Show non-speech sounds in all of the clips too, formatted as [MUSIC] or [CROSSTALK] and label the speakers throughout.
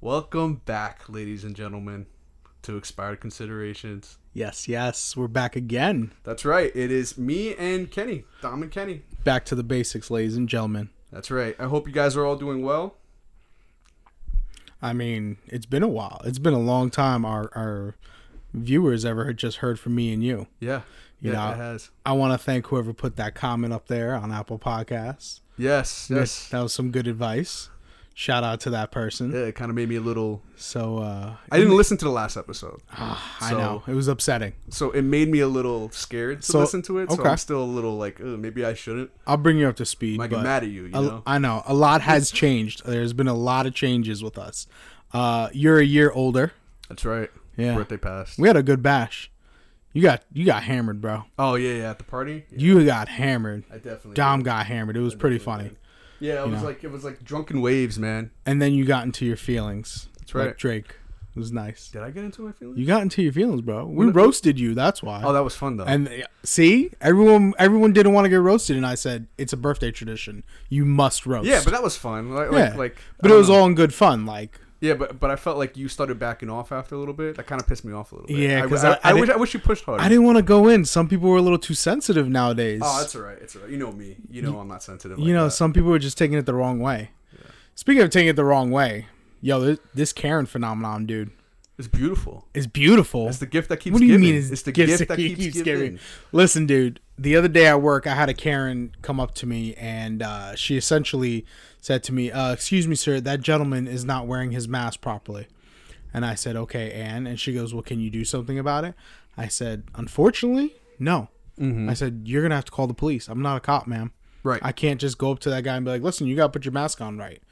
Speaker 1: Welcome back, ladies and gentlemen, to Expired Considerations.
Speaker 2: Yes, yes, we're back again.
Speaker 1: That's right. It is me and Kenny, Dom and Kenny.
Speaker 2: Back to the basics, ladies and gentlemen.
Speaker 1: That's right. I hope you guys are all doing well.
Speaker 2: I mean, it's been a while. It's been a long time our our viewers ever just heard from me and you.
Speaker 1: Yeah.
Speaker 2: You
Speaker 1: yeah,
Speaker 2: know,
Speaker 1: it has.
Speaker 2: I want to thank whoever put that comment up there on Apple Podcasts.
Speaker 1: Yes, yes.
Speaker 2: That was some good advice. Shout out to that person.
Speaker 1: Yeah, it kind of made me a little.
Speaker 2: So uh
Speaker 1: I didn't listen to the last episode,
Speaker 2: ah, [SIGHS] I
Speaker 1: So-
Speaker 2: know it was upsetting.
Speaker 1: so it made me a little scared to
Speaker 2: So-
Speaker 1: listen to it. So
Speaker 2: okay.
Speaker 1: I'm still a little like, "Ugh, maybe I shouldn't.
Speaker 2: I'll bring you up to speed.
Speaker 1: I get
Speaker 2: but-
Speaker 1: mad at you, you
Speaker 2: A-
Speaker 1: know?
Speaker 2: I know a lot has changed. There's been a lot of changes with us. Uh, you're a year older.
Speaker 1: That's right.
Speaker 2: Yeah.
Speaker 1: Birthday passed.
Speaker 2: We had a good bash. You got you got hammered, bro.
Speaker 1: oh yeah, yeah. At the party, yeah,
Speaker 2: You got hammered.
Speaker 1: I definitely.
Speaker 2: Dom got hammered. It was pretty funny.
Speaker 1: Yeah, it was
Speaker 2: know.
Speaker 1: like it was like drunken waves, man.
Speaker 2: And then you got into your feelings. That's
Speaker 1: right.
Speaker 2: Drake. It was nice.
Speaker 1: Did I get into my feelings?
Speaker 2: You got into your feelings, bro. We roasted you. That's why.
Speaker 1: oh, that was fun though.
Speaker 2: and uh, see, everyone everyone didn't want to get roasted, and I said it's a birthday tradition. You must roast.
Speaker 1: Yeah, but that was fun. Like, like,
Speaker 2: Yeah.
Speaker 1: like
Speaker 2: But
Speaker 1: I
Speaker 2: it
Speaker 1: don't
Speaker 2: was
Speaker 1: know.
Speaker 2: all in good fun. Like
Speaker 1: Yeah, but but I felt like you started backing off after a little bit. That kind of pissed me off a little bit.
Speaker 2: Yeah,
Speaker 1: I-
Speaker 2: 'cause
Speaker 1: I,
Speaker 2: I-
Speaker 1: I,
Speaker 2: I
Speaker 1: wish I
Speaker 2: didn't-
Speaker 1: wish you pushed harder.
Speaker 2: I didn't want to go in. Some people were a little too sensitive nowadays.
Speaker 1: Oh, that's all right. It's all right. You know me. You know I'm not sensitive. Like
Speaker 2: you know,
Speaker 1: that.
Speaker 2: some people were just taking it the wrong way. Speaking of taking it the wrong way, yo, this, this Karen phenomenon, dude,
Speaker 1: it's beautiful.
Speaker 2: is beautiful.
Speaker 1: It's the gift that keeps.
Speaker 2: what do you
Speaker 1: giving.
Speaker 2: mean? Is
Speaker 1: it's the
Speaker 2: gifts
Speaker 1: gift that keeps, giving?
Speaker 2: Listen, dude. The other day at work, I had a Karen come up to me, and uh, she essentially said to me, uh, "Excuse me, sir, that gentleman is not wearing his mask properly." And I said, "Okay, Anne." And she goes, "Well, can you do something about it?" I said, "Unfortunately, no."
Speaker 1: Mm-hmm.
Speaker 2: I said, "You're gonna have to call the police. I'm not a cop, ma'am.
Speaker 1: Right.
Speaker 2: I can't just go up to that guy and be like, listen, you got to put your mask on right.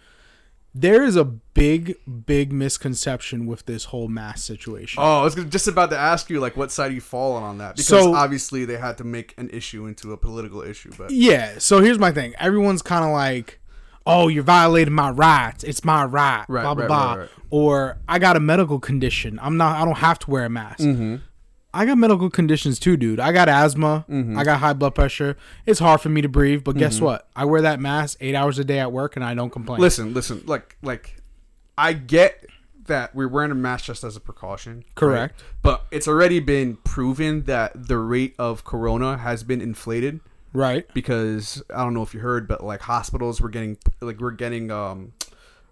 Speaker 2: There is a big, big misconception with this whole mask situation.
Speaker 1: Oh, I was gonna- just about to ask you like what side you fall on on that because
Speaker 2: So-
Speaker 1: obviously they had to make an issue into a political issue, but
Speaker 2: Yeah. So here's my thing. Everyone's kind of like, oh, you're violating my rights. It's my right.
Speaker 1: Right,
Speaker 2: blah blah
Speaker 1: right,
Speaker 2: blah.
Speaker 1: right, right.
Speaker 2: Or I got a medical condition. I'm not. I don't have to wear a mask.
Speaker 1: Mm-hmm.
Speaker 2: I got medical conditions too, dude. I got asthma.
Speaker 1: Mm-hmm.
Speaker 2: I got high blood pressure. It's hard for me to breathe. But guess what? I wear that mask eight hours a day at work, and I don't complain.
Speaker 1: listen, listen, like like I get that we're wearing a mask just as a precaution. right?
Speaker 2: Correct.
Speaker 1: But it's already been proven that the rate of corona has been inflated
Speaker 2: Right.
Speaker 1: because I don't know if you heard, but like hospitals were getting like we're getting um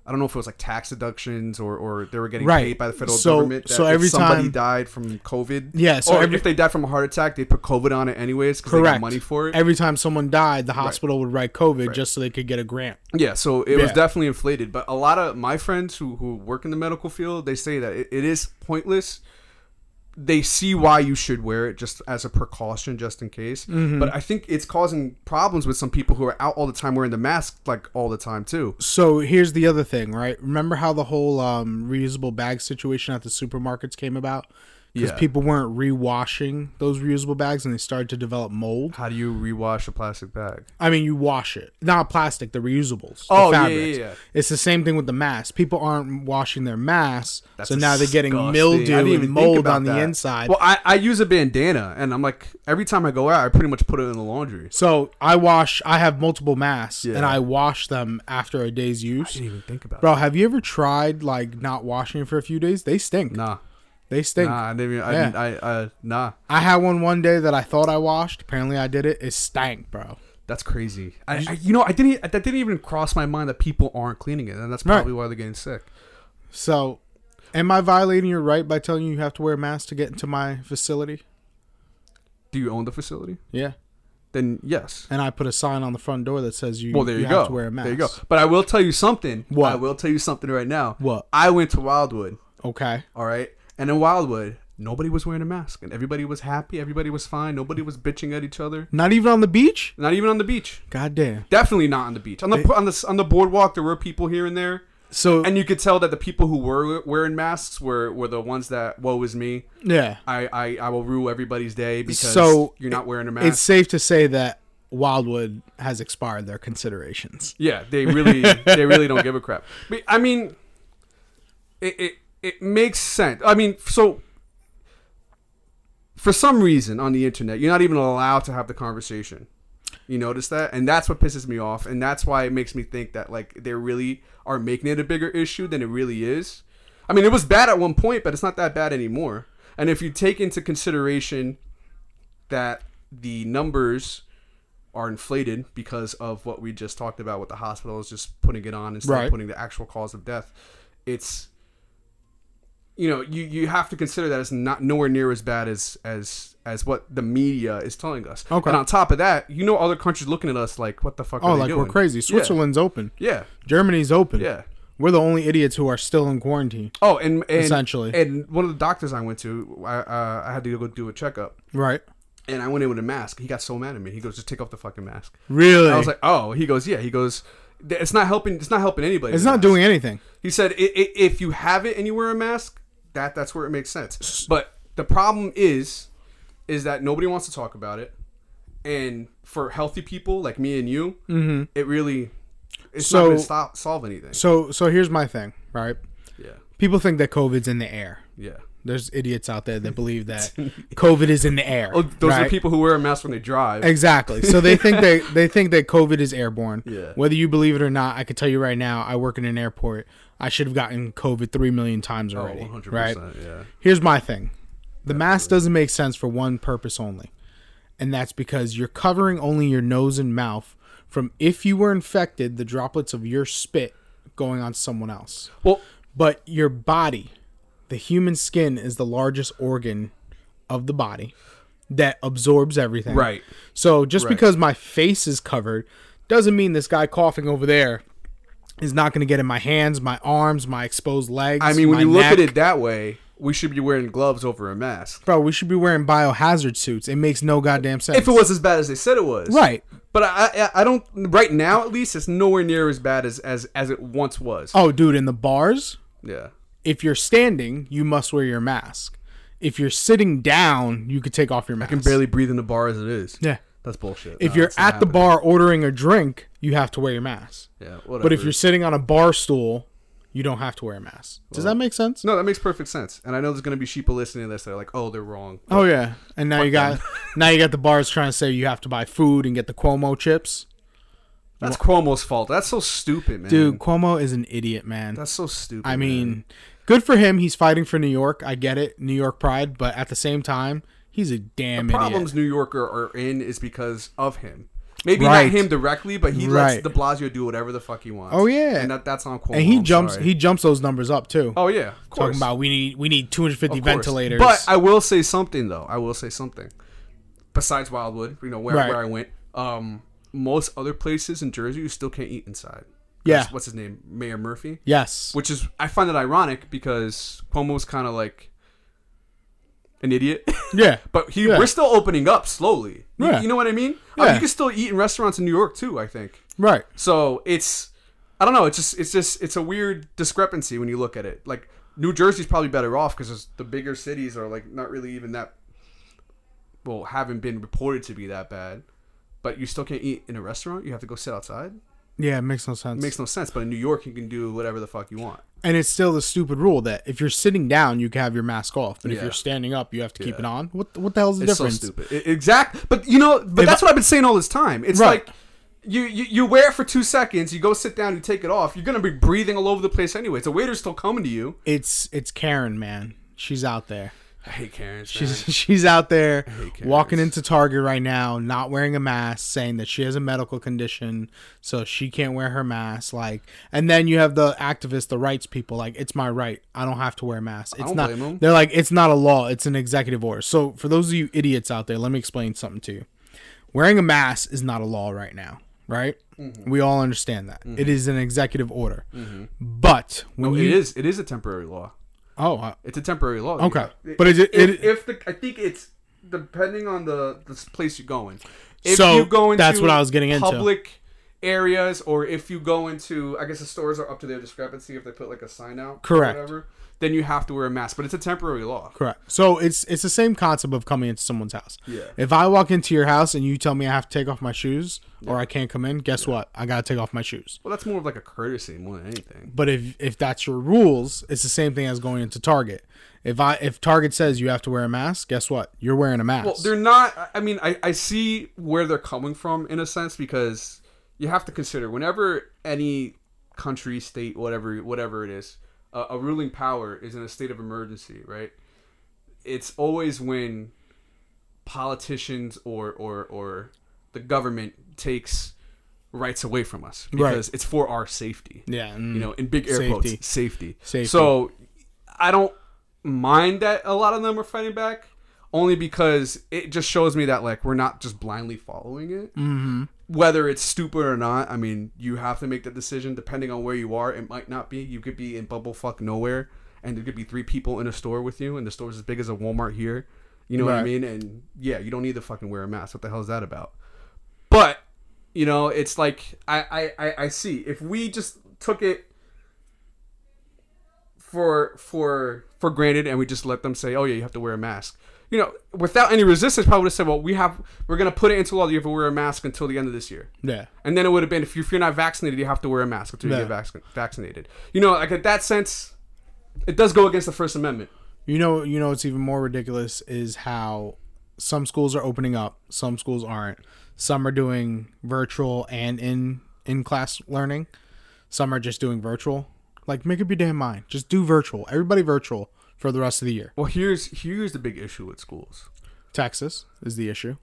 Speaker 1: I don't know if it was like tax deductions or or they were getting
Speaker 2: Right.
Speaker 1: paid by the federal
Speaker 2: So-
Speaker 1: government. That
Speaker 2: so
Speaker 1: if
Speaker 2: every
Speaker 1: somebody
Speaker 2: time-
Speaker 1: died from COVID,
Speaker 2: Yeah, so
Speaker 1: or
Speaker 2: every-
Speaker 1: if they died from a heart attack, they put COVID on it anyways because they
Speaker 2: Correct.
Speaker 1: got money for it.
Speaker 2: Every time someone died, the hospital would write COVID just so they could get a grant.
Speaker 1: Yeah, so it was
Speaker 2: Yeah.
Speaker 1: definitely inflated. But a lot of my friends who, who work in the medical field, they say that it, it is pointless. They see why you should wear it just as a precaution, just in case.
Speaker 2: Mm-hmm.
Speaker 1: But I think it's causing problems with some people who are out all the time wearing the mask, like all the time too.
Speaker 2: So here's the other thing, right? Remember how the whole um, reusable bag situation at the supermarkets came about? Because
Speaker 1: Yeah.
Speaker 2: people weren't rewashing those reusable bags and they started to develop mold.
Speaker 1: How do you rewash a plastic bag?
Speaker 2: I mean, you wash it, not plastic, the reusables.
Speaker 1: Oh,
Speaker 2: the
Speaker 1: yeah,
Speaker 2: fabrics.
Speaker 1: yeah, yeah.
Speaker 2: It's the same thing with the masks. People aren't washing their masks,
Speaker 1: That's
Speaker 2: so now they're getting
Speaker 1: disgusting.
Speaker 2: mildew
Speaker 1: I didn't
Speaker 2: and
Speaker 1: even think
Speaker 2: mold
Speaker 1: about
Speaker 2: on the
Speaker 1: that.
Speaker 2: inside.
Speaker 1: Well, I, I use a bandana, and I'm like every time I go out, I pretty much put it in the laundry.
Speaker 2: so I wash, I have multiple masks, and
Speaker 1: Yeah.
Speaker 2: I wash them after a day's use.
Speaker 1: didn't even think about
Speaker 2: Bro, have you ever tried like not washing it for a few days? They stink.
Speaker 1: it. Nah,
Speaker 2: They stink.
Speaker 1: nah, I didn't. Even, I,
Speaker 2: Yeah.
Speaker 1: didn't I, I, nah.
Speaker 2: I had one one day that I thought I washed. Apparently, I did it. It stank, bro.
Speaker 1: That's crazy. I, I you know I didn't e, that didn't even cross my mind that people aren't cleaning it, and that's probably why they're getting sick.
Speaker 2: So, am I violating your right by telling you you have to wear a mask to get into my facility?
Speaker 1: Do you own the facility?
Speaker 2: Yeah.
Speaker 1: Then yes.
Speaker 2: And I put a sign on the front door that says you.
Speaker 1: Well, there you,
Speaker 2: have
Speaker 1: go.
Speaker 2: to wear a mask.
Speaker 1: There you go. But I will tell you something.
Speaker 2: What?
Speaker 1: I will tell you something right now.
Speaker 2: What?
Speaker 1: I went to Wildwood.
Speaker 2: Okay.
Speaker 1: All right, and in Wildwood, nobody was wearing a mask, and everybody was happy. Everybody was fine. Nobody was bitching at each other.
Speaker 2: Not even on the beach.
Speaker 1: Not even on the beach.
Speaker 2: God damn.
Speaker 1: Definitely not on the beach. On the on the on the boardwalk, there were people here and there.
Speaker 2: So
Speaker 1: And you could tell that the people who were wearing masks were, were the ones that woe is me.
Speaker 2: yeah,
Speaker 1: I, I, I will rue everybody's day because
Speaker 2: So,
Speaker 1: you're not wearing a mask.
Speaker 2: it's safe to say that Wildwood has expired their considerations.
Speaker 1: yeah, they really they really don't give a crap. But, I mean, it, it it makes sense. I mean, so for some reason on the internet, you're not even allowed to have the conversation. You notice that, and that's what pisses me off, and that's why it makes me think that like they really are making it a bigger issue than it really is. I mean, it was bad at one point, but it's not that bad anymore. And if you take into consideration that the numbers are inflated because of what we just talked about with the hospitals just putting it on instead
Speaker 2: Right.
Speaker 1: of putting the actual cause of death, it's you know you, you have to consider that it's not nowhere near as bad as as as what the media is telling us.
Speaker 2: Okay.
Speaker 1: And on top of that, you know other countries looking at us like what the fuck?
Speaker 2: Oh,
Speaker 1: are they
Speaker 2: like
Speaker 1: doing?
Speaker 2: we're crazy. Switzerland's open.
Speaker 1: Yeah.
Speaker 2: Germany's open.
Speaker 1: Yeah.
Speaker 2: We're the only idiots who are still in quarantine.
Speaker 1: Oh, and, and
Speaker 2: Essentially.
Speaker 1: and one of the doctors I went to, I uh, I had to go do a checkup,
Speaker 2: Right.
Speaker 1: and I went in with a mask. He got so mad at me. He goes, "Just take off the fucking mask."
Speaker 2: Really?
Speaker 1: I was like, "Oh." He goes, "Yeah." He goes, "Th- "It's not helping. It's not helping anybody."
Speaker 2: it's
Speaker 1: with
Speaker 2: not
Speaker 1: masks."
Speaker 2: doing anything.
Speaker 1: He said, I- I- "If you have it and you wear a mask, that that's where it makes sense." But the problem is, is that nobody wants to talk about it, and for healthy people like me and you, it really, it's
Speaker 2: Mm-hmm. So-
Speaker 1: not going to stop solve anything.
Speaker 2: So so here's my thing, right?
Speaker 1: Yeah,
Speaker 2: People think that COVID's in the air.
Speaker 1: yeah.
Speaker 2: There's idiots out there that
Speaker 1: [LAUGHS]
Speaker 2: believe that COVID is in the air.
Speaker 1: Oh, those are
Speaker 2: right?
Speaker 1: the people who wear a mask when they drive.
Speaker 2: Exactly. So they think they
Speaker 1: [LAUGHS]
Speaker 2: they think that COVID is airborne.
Speaker 1: Yeah.
Speaker 2: Whether you believe it or not, I could tell you right now. I work in an airport. I should have gotten COVID three million times
Speaker 1: Oh,
Speaker 2: already.
Speaker 1: 100%,
Speaker 2: Right.
Speaker 1: Yeah.
Speaker 2: Here's my thing. The mask doesn't make sense for one purpose only. And that's because you're covering only your nose and mouth from if you were infected, the droplets of your spit going on someone else.
Speaker 1: Well,
Speaker 2: But your body, the human skin is the largest organ of the body that absorbs everything.
Speaker 1: Right.
Speaker 2: So just because my face is covered doesn't mean this guy coughing over there is not going to get in my hands, my arms, my exposed legs.
Speaker 1: I mean, when
Speaker 2: my
Speaker 1: you look
Speaker 2: neck.
Speaker 1: at it that way, we should be wearing gloves over a mask.
Speaker 2: Bro, we should be wearing biohazard suits. It makes no goddamn sense.
Speaker 1: If it was as bad as they said it was,
Speaker 2: right.
Speaker 1: But I, I, I don't. Right now, at least, it's nowhere near as bad as as as it once was.
Speaker 2: Oh, dude, in the bars,
Speaker 1: Yeah.
Speaker 2: if you're standing, you must wear your mask. If you're sitting down, you could take off your mask.
Speaker 1: I can barely breathe in the bar as it is.
Speaker 2: Yeah.
Speaker 1: That's bullshit.
Speaker 2: If
Speaker 1: No,
Speaker 2: you're
Speaker 1: it's not
Speaker 2: at the bar ordering a drink, you have to wear your mask.
Speaker 1: happening. yeah, whatever.
Speaker 2: But if you're sitting on a bar stool, you don't have to wear a mask. Does that make sense?
Speaker 1: no, that makes perfect sense. And I know there's gonna be people listening to this that are like, oh, they're wrong.
Speaker 2: Oh yeah. And now you got [LAUGHS] now you got the bars trying to say you have to buy food and get the Cuomo chips.
Speaker 1: That's Cuomo's fault. That's so stupid, man.
Speaker 2: Dude, Cuomo is an idiot, man.
Speaker 1: that's so stupid.
Speaker 2: I
Speaker 1: man.
Speaker 2: mean, good for him. He's fighting for New York. I get it, New York pride. But at the same time, he's a damn
Speaker 1: problems
Speaker 2: idiot.
Speaker 1: New Yorker are in is because of him. Maybe
Speaker 2: Right.
Speaker 1: not him directly, but he
Speaker 2: Right.
Speaker 1: lets De Blasio do whatever the fuck he wants.
Speaker 2: Oh, yeah.
Speaker 1: and that, that's on Cuomo.
Speaker 2: And he
Speaker 1: Oh, I'm
Speaker 2: jumps.
Speaker 1: sorry.
Speaker 2: He jumps those numbers up too.
Speaker 1: oh yeah, of course.
Speaker 2: Talking about we need we need 250
Speaker 1: Of course.
Speaker 2: ventilators.
Speaker 1: But I will say something though. I will say something. Besides Wildwood, you know where,
Speaker 2: Right.
Speaker 1: where I went. Um, most other places in Jersey, you still can't eat inside. 'Cause
Speaker 2: Yeah.
Speaker 1: What's his name? Mayor Murphy.
Speaker 2: yes,
Speaker 1: Which is I find it ironic because Cuomo's kind of like an idiot. [LAUGHS]
Speaker 2: yeah,
Speaker 1: But he,
Speaker 2: Yeah.
Speaker 1: we're still opening up slowly. You-
Speaker 2: Yeah.
Speaker 1: You, know what I mean? I
Speaker 2: Yeah.
Speaker 1: mean? You can still eat in restaurants in New York too. I think
Speaker 2: right.
Speaker 1: so. It's I don't know. It's just it's just it's a weird discrepancy when you look at it. Like New Jersey's probably better off because the bigger cities are like not really even that. Well, haven't been reported to be that bad, but you still can't eat in a restaurant. You have to go sit outside.
Speaker 2: Yeah, it makes no sense.
Speaker 1: Makes no sense. But in New York, you can do whatever the fuck you want.
Speaker 2: and it's still the stupid rule that if you're sitting down, you can have your mask off, but if
Speaker 1: Yeah.
Speaker 2: you're standing up, you have to keep
Speaker 1: Yeah.
Speaker 2: it on. What what the hell's the
Speaker 1: It's
Speaker 2: difference?
Speaker 1: so stupid. I- exact. But you know, but
Speaker 2: If
Speaker 1: that's what I've been saying all this time. It's
Speaker 2: Right.
Speaker 1: like you, you you wear it for two seconds. You go sit down. You take it off. You're gonna be breathing all over the place anyways. The waiter's still coming to you.
Speaker 2: It's it's Karen, man. She's out there.
Speaker 1: I hate Karen.
Speaker 2: She's [LAUGHS] she's out there
Speaker 1: Karens.
Speaker 2: walking into Target right now, not wearing a mask, saying that she has a medical condition, so she can't wear her mask. Like, and then you have the activists, the rights people, like it's my right. I don't have to wear a mask. It's
Speaker 1: don't
Speaker 2: not.
Speaker 1: blame 'em.
Speaker 2: They're like it's not a law. It's an executive order. So for those of you idiots out there, let me explain something to you. Wearing a mask is not a law right now, right?
Speaker 1: Mm-hmm.
Speaker 2: We all understand that. It is an executive order. But when
Speaker 1: it
Speaker 2: you
Speaker 1: is. It is a temporary law.
Speaker 2: oh I-
Speaker 1: It's a temporary law.
Speaker 2: Okay.
Speaker 1: Yeah.
Speaker 2: But is it-
Speaker 1: if,
Speaker 2: it-
Speaker 1: if the I think it's depending on the the place you're going. If
Speaker 2: So,
Speaker 1: you go into
Speaker 2: that's what I was getting into.
Speaker 1: Public areas, or if you go into, I guess the stores are up to their discrepancy if they put like a sign out. or
Speaker 2: Correct.
Speaker 1: whatever, then you have to wear a mask, but it's a temporary law.
Speaker 2: Correct. So it's it's the same concept of coming into someone's house.
Speaker 1: Yeah.
Speaker 2: If I walk into your house and you tell me I have to take off my shoes or I can't come in, guess what? I gotta take off my shoes.
Speaker 1: Well, that's more of like a courtesy more than anything.
Speaker 2: But if if that's your rules, it's the same thing as going into Target. If I if Target says you have to wear a mask, guess what? You're wearing a mask.
Speaker 1: Well, they're not. I- I mean, I, I see where they're coming from in a sense because you have to consider whenever any country, state, whatever, whatever it is, a, a ruling power is in a state of emergency, right? It's always when politicians or or or the government takes rights away from us because it's for our safety.
Speaker 2: Yeah. mm,
Speaker 1: You know, in big air
Speaker 2: Safety.
Speaker 1: quotes, safety.
Speaker 2: Safety.
Speaker 1: So I don't mind that a lot of them are fighting back only because it just shows me that like we're not just blindly following it. Mm-hmm. Whether it's stupid or not, I mean, you have to make that decision depending on where you are. It might not be. You could be in bubble fuck nowhere and there could be three people in a store with you and the store's as big as a Walmart here. You know what I
Speaker 2: Right.
Speaker 1: mean? And yeah, you don't need to fucking wear a mask. What the hell is that about? But you know, it's like I I, I, I see if we just took it for for for granted and we just let them say, oh yeah, you have to wear a mask. You know, without any resistance, probably would have said, well, we have we're gonna put it into law. that You have to wear a mask until the end of this year.
Speaker 2: Yeah.
Speaker 1: And then it would have been if, you, if you're not vaccinated, you have to wear a mask until you
Speaker 2: Yeah.
Speaker 1: get vac- vaccinated. You know, like in that sense, it does go against the First Amendment.
Speaker 2: You know, you know what's even more ridiculous is how some schools are opening up, some schools aren't. Some are doing virtual and in in class learning. Some are just doing virtual. Like make up your damn mind. Just do virtual. Everybody virtual for the rest of the year.
Speaker 1: Well, here's here's the big issue with schools,
Speaker 2: Texas is the issue.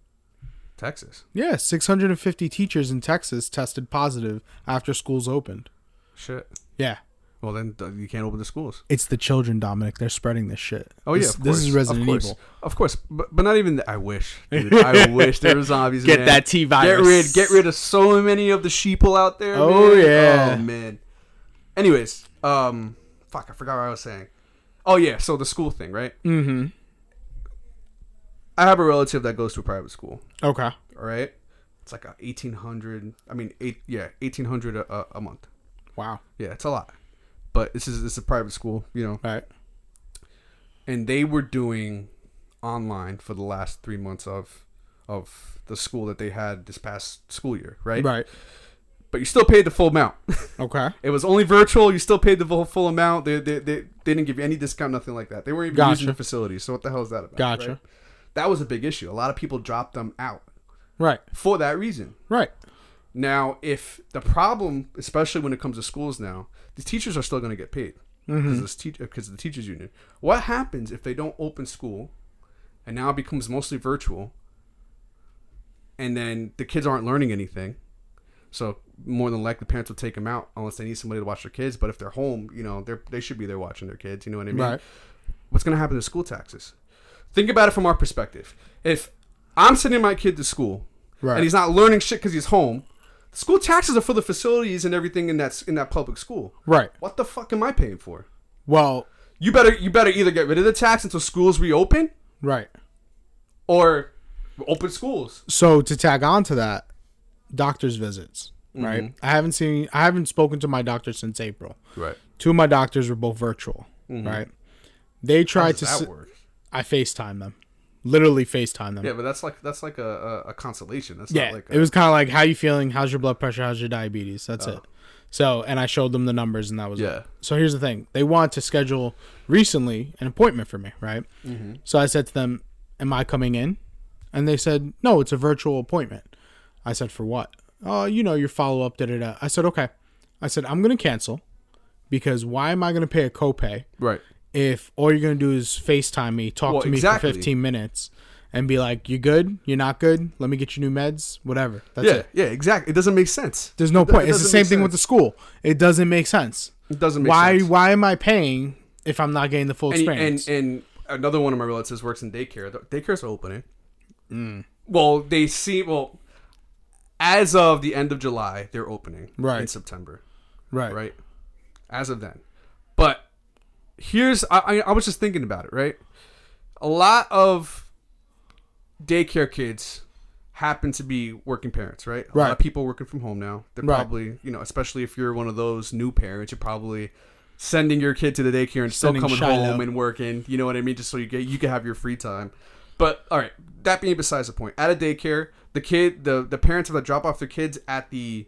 Speaker 1: Texas.
Speaker 2: Yeah, 650 teachers in Texas tested positive after schools opened.
Speaker 1: Shit.
Speaker 2: Yeah.
Speaker 1: Well, then uh, you can't open the schools.
Speaker 2: It's the children, Dominic. They're spreading this shit.
Speaker 1: Oh
Speaker 2: this,
Speaker 1: yeah, of
Speaker 2: this
Speaker 1: course.
Speaker 2: is Resident
Speaker 1: of course.
Speaker 2: Evil.
Speaker 1: Of course, but, but not even. The, I wish.
Speaker 2: [LAUGHS]
Speaker 1: Dude, I wish there were zombies.
Speaker 2: Get
Speaker 1: man.
Speaker 2: that T
Speaker 1: Get rid.
Speaker 2: virus.
Speaker 1: Get rid of so many of the sheeple out there.
Speaker 2: Oh,
Speaker 1: man.
Speaker 2: yeah.
Speaker 1: Oh man. Anyways, um, fuck, I forgot what I was saying. Oh yeah, so the school thing, right?
Speaker 2: Mm-hmm.
Speaker 1: I have a relative that goes to a private school.
Speaker 2: Okay.
Speaker 1: All right, it's like a eighteen hundred. I mean, eight. Yeah, eighteen hundred a, a month.
Speaker 2: Wow.
Speaker 1: Yeah, it's a lot. But this is this is a private school, you know.
Speaker 2: All right.
Speaker 1: and they were doing online for the last three months of of the school that they had this past school year, right?
Speaker 2: Right.
Speaker 1: But you still paid the full amount. [LAUGHS]
Speaker 2: Okay.
Speaker 1: it was only virtual. You still paid the full, full amount. They, they, they, they didn't give you any discount, nothing like that. They weren't even using
Speaker 2: Gotcha.
Speaker 1: the facilities. So what the hell is that about?
Speaker 2: Gotcha.
Speaker 1: right? That was a big issue. A lot of people dropped them out
Speaker 2: Right.
Speaker 1: for that reason.
Speaker 2: Right.
Speaker 1: Now, if the problem, especially when it comes to schools now, the teachers are still going to get paid because of the teachers union. What happens if they don't open school and now it becomes mostly virtual and then the kids aren't learning anything? So more than likely, parents will take them out unless they need somebody to watch their kids. But if they're home, you know, they're, they should be there watching their kids. You know what I mean?
Speaker 2: Right.
Speaker 1: What's going to happen to school taxes? Think about it from our perspective. If I'm sending my kid to school
Speaker 2: Right.
Speaker 1: and he's not learning shit because he's home, school taxes are for the facilities and everything in that s- in that public school.
Speaker 2: Right.
Speaker 1: What the fuck am I paying for?
Speaker 2: Well,
Speaker 1: You better you better either get rid of the tax until schools reopen
Speaker 2: right.
Speaker 1: or open schools.
Speaker 2: So to tag on to that, doctor's visits,
Speaker 1: Mm-hmm.
Speaker 2: right? I haven't seen I haven't spoken to my doctor since April.
Speaker 1: Right.
Speaker 2: Two of my doctors were both virtual, right? They tried
Speaker 1: Mm-hmm. Does
Speaker 2: to
Speaker 1: that
Speaker 2: s-
Speaker 1: work?
Speaker 2: I FaceTime them. Literally FaceTime them.
Speaker 1: Yeah, but that's like that's like a, a, a consolation. That's
Speaker 2: Yeah,
Speaker 1: not like a, Oh.
Speaker 2: it was kind of like how you feeling, how's your blood pressure, how's your diabetes. That's it. So, and I showed them the numbers, and that was
Speaker 1: Yeah.
Speaker 2: It. So here's the thing: they want to schedule recently an appointment for me, right?
Speaker 1: Mm-hmm.
Speaker 2: So I said to them, "Am I coming in?" And they said, "No, it's a virtual appointment." I said, "For what?" Oh, you know, your follow up. Da da da. I said, "Okay." I said, "I'm gonna cancel because why am I gonna pay a copay
Speaker 1: right.
Speaker 2: if all you're gonna do is FaceTime me, talk
Speaker 1: Well,
Speaker 2: to me
Speaker 1: exactly.
Speaker 2: for 15 minutes, and be like, "You good? You're not good? Let me get you new meds, whatever." That's
Speaker 1: Yeah,
Speaker 2: it.
Speaker 1: yeah, exactly. It doesn't make sense.
Speaker 2: There's no
Speaker 1: It do-
Speaker 2: point.
Speaker 1: it
Speaker 2: It's the
Speaker 1: doesn't
Speaker 2: same
Speaker 1: make
Speaker 2: thing with the
Speaker 1: sense.
Speaker 2: school. It doesn't make sense.
Speaker 1: It doesn't make
Speaker 2: Why?
Speaker 1: sense.
Speaker 2: Why am I paying if I'm not getting the full
Speaker 1: and,
Speaker 2: experience?
Speaker 1: and and another one of my relatives works in daycare. The- Daycare's opening. Well, they see. Well, as of the end of July, they're opening. in
Speaker 2: Right.
Speaker 1: September,
Speaker 2: right.
Speaker 1: right? As of then, but here's I, I I was just thinking about it. Right, a lot of daycare kids happen to be working parents, right? A lot of
Speaker 2: Right.
Speaker 1: people working from home now. They're
Speaker 2: Right.
Speaker 1: probably you know, especially if you're one of those new parents, you're probably sending your kid to the daycare and still
Speaker 2: Sending
Speaker 1: coming
Speaker 2: Shiloh.
Speaker 1: home and working. You know what I mean? Just so you get you can have your free time. But all right, that being besides the point, at a daycare, the kid, the the parents have to drop off their kids at the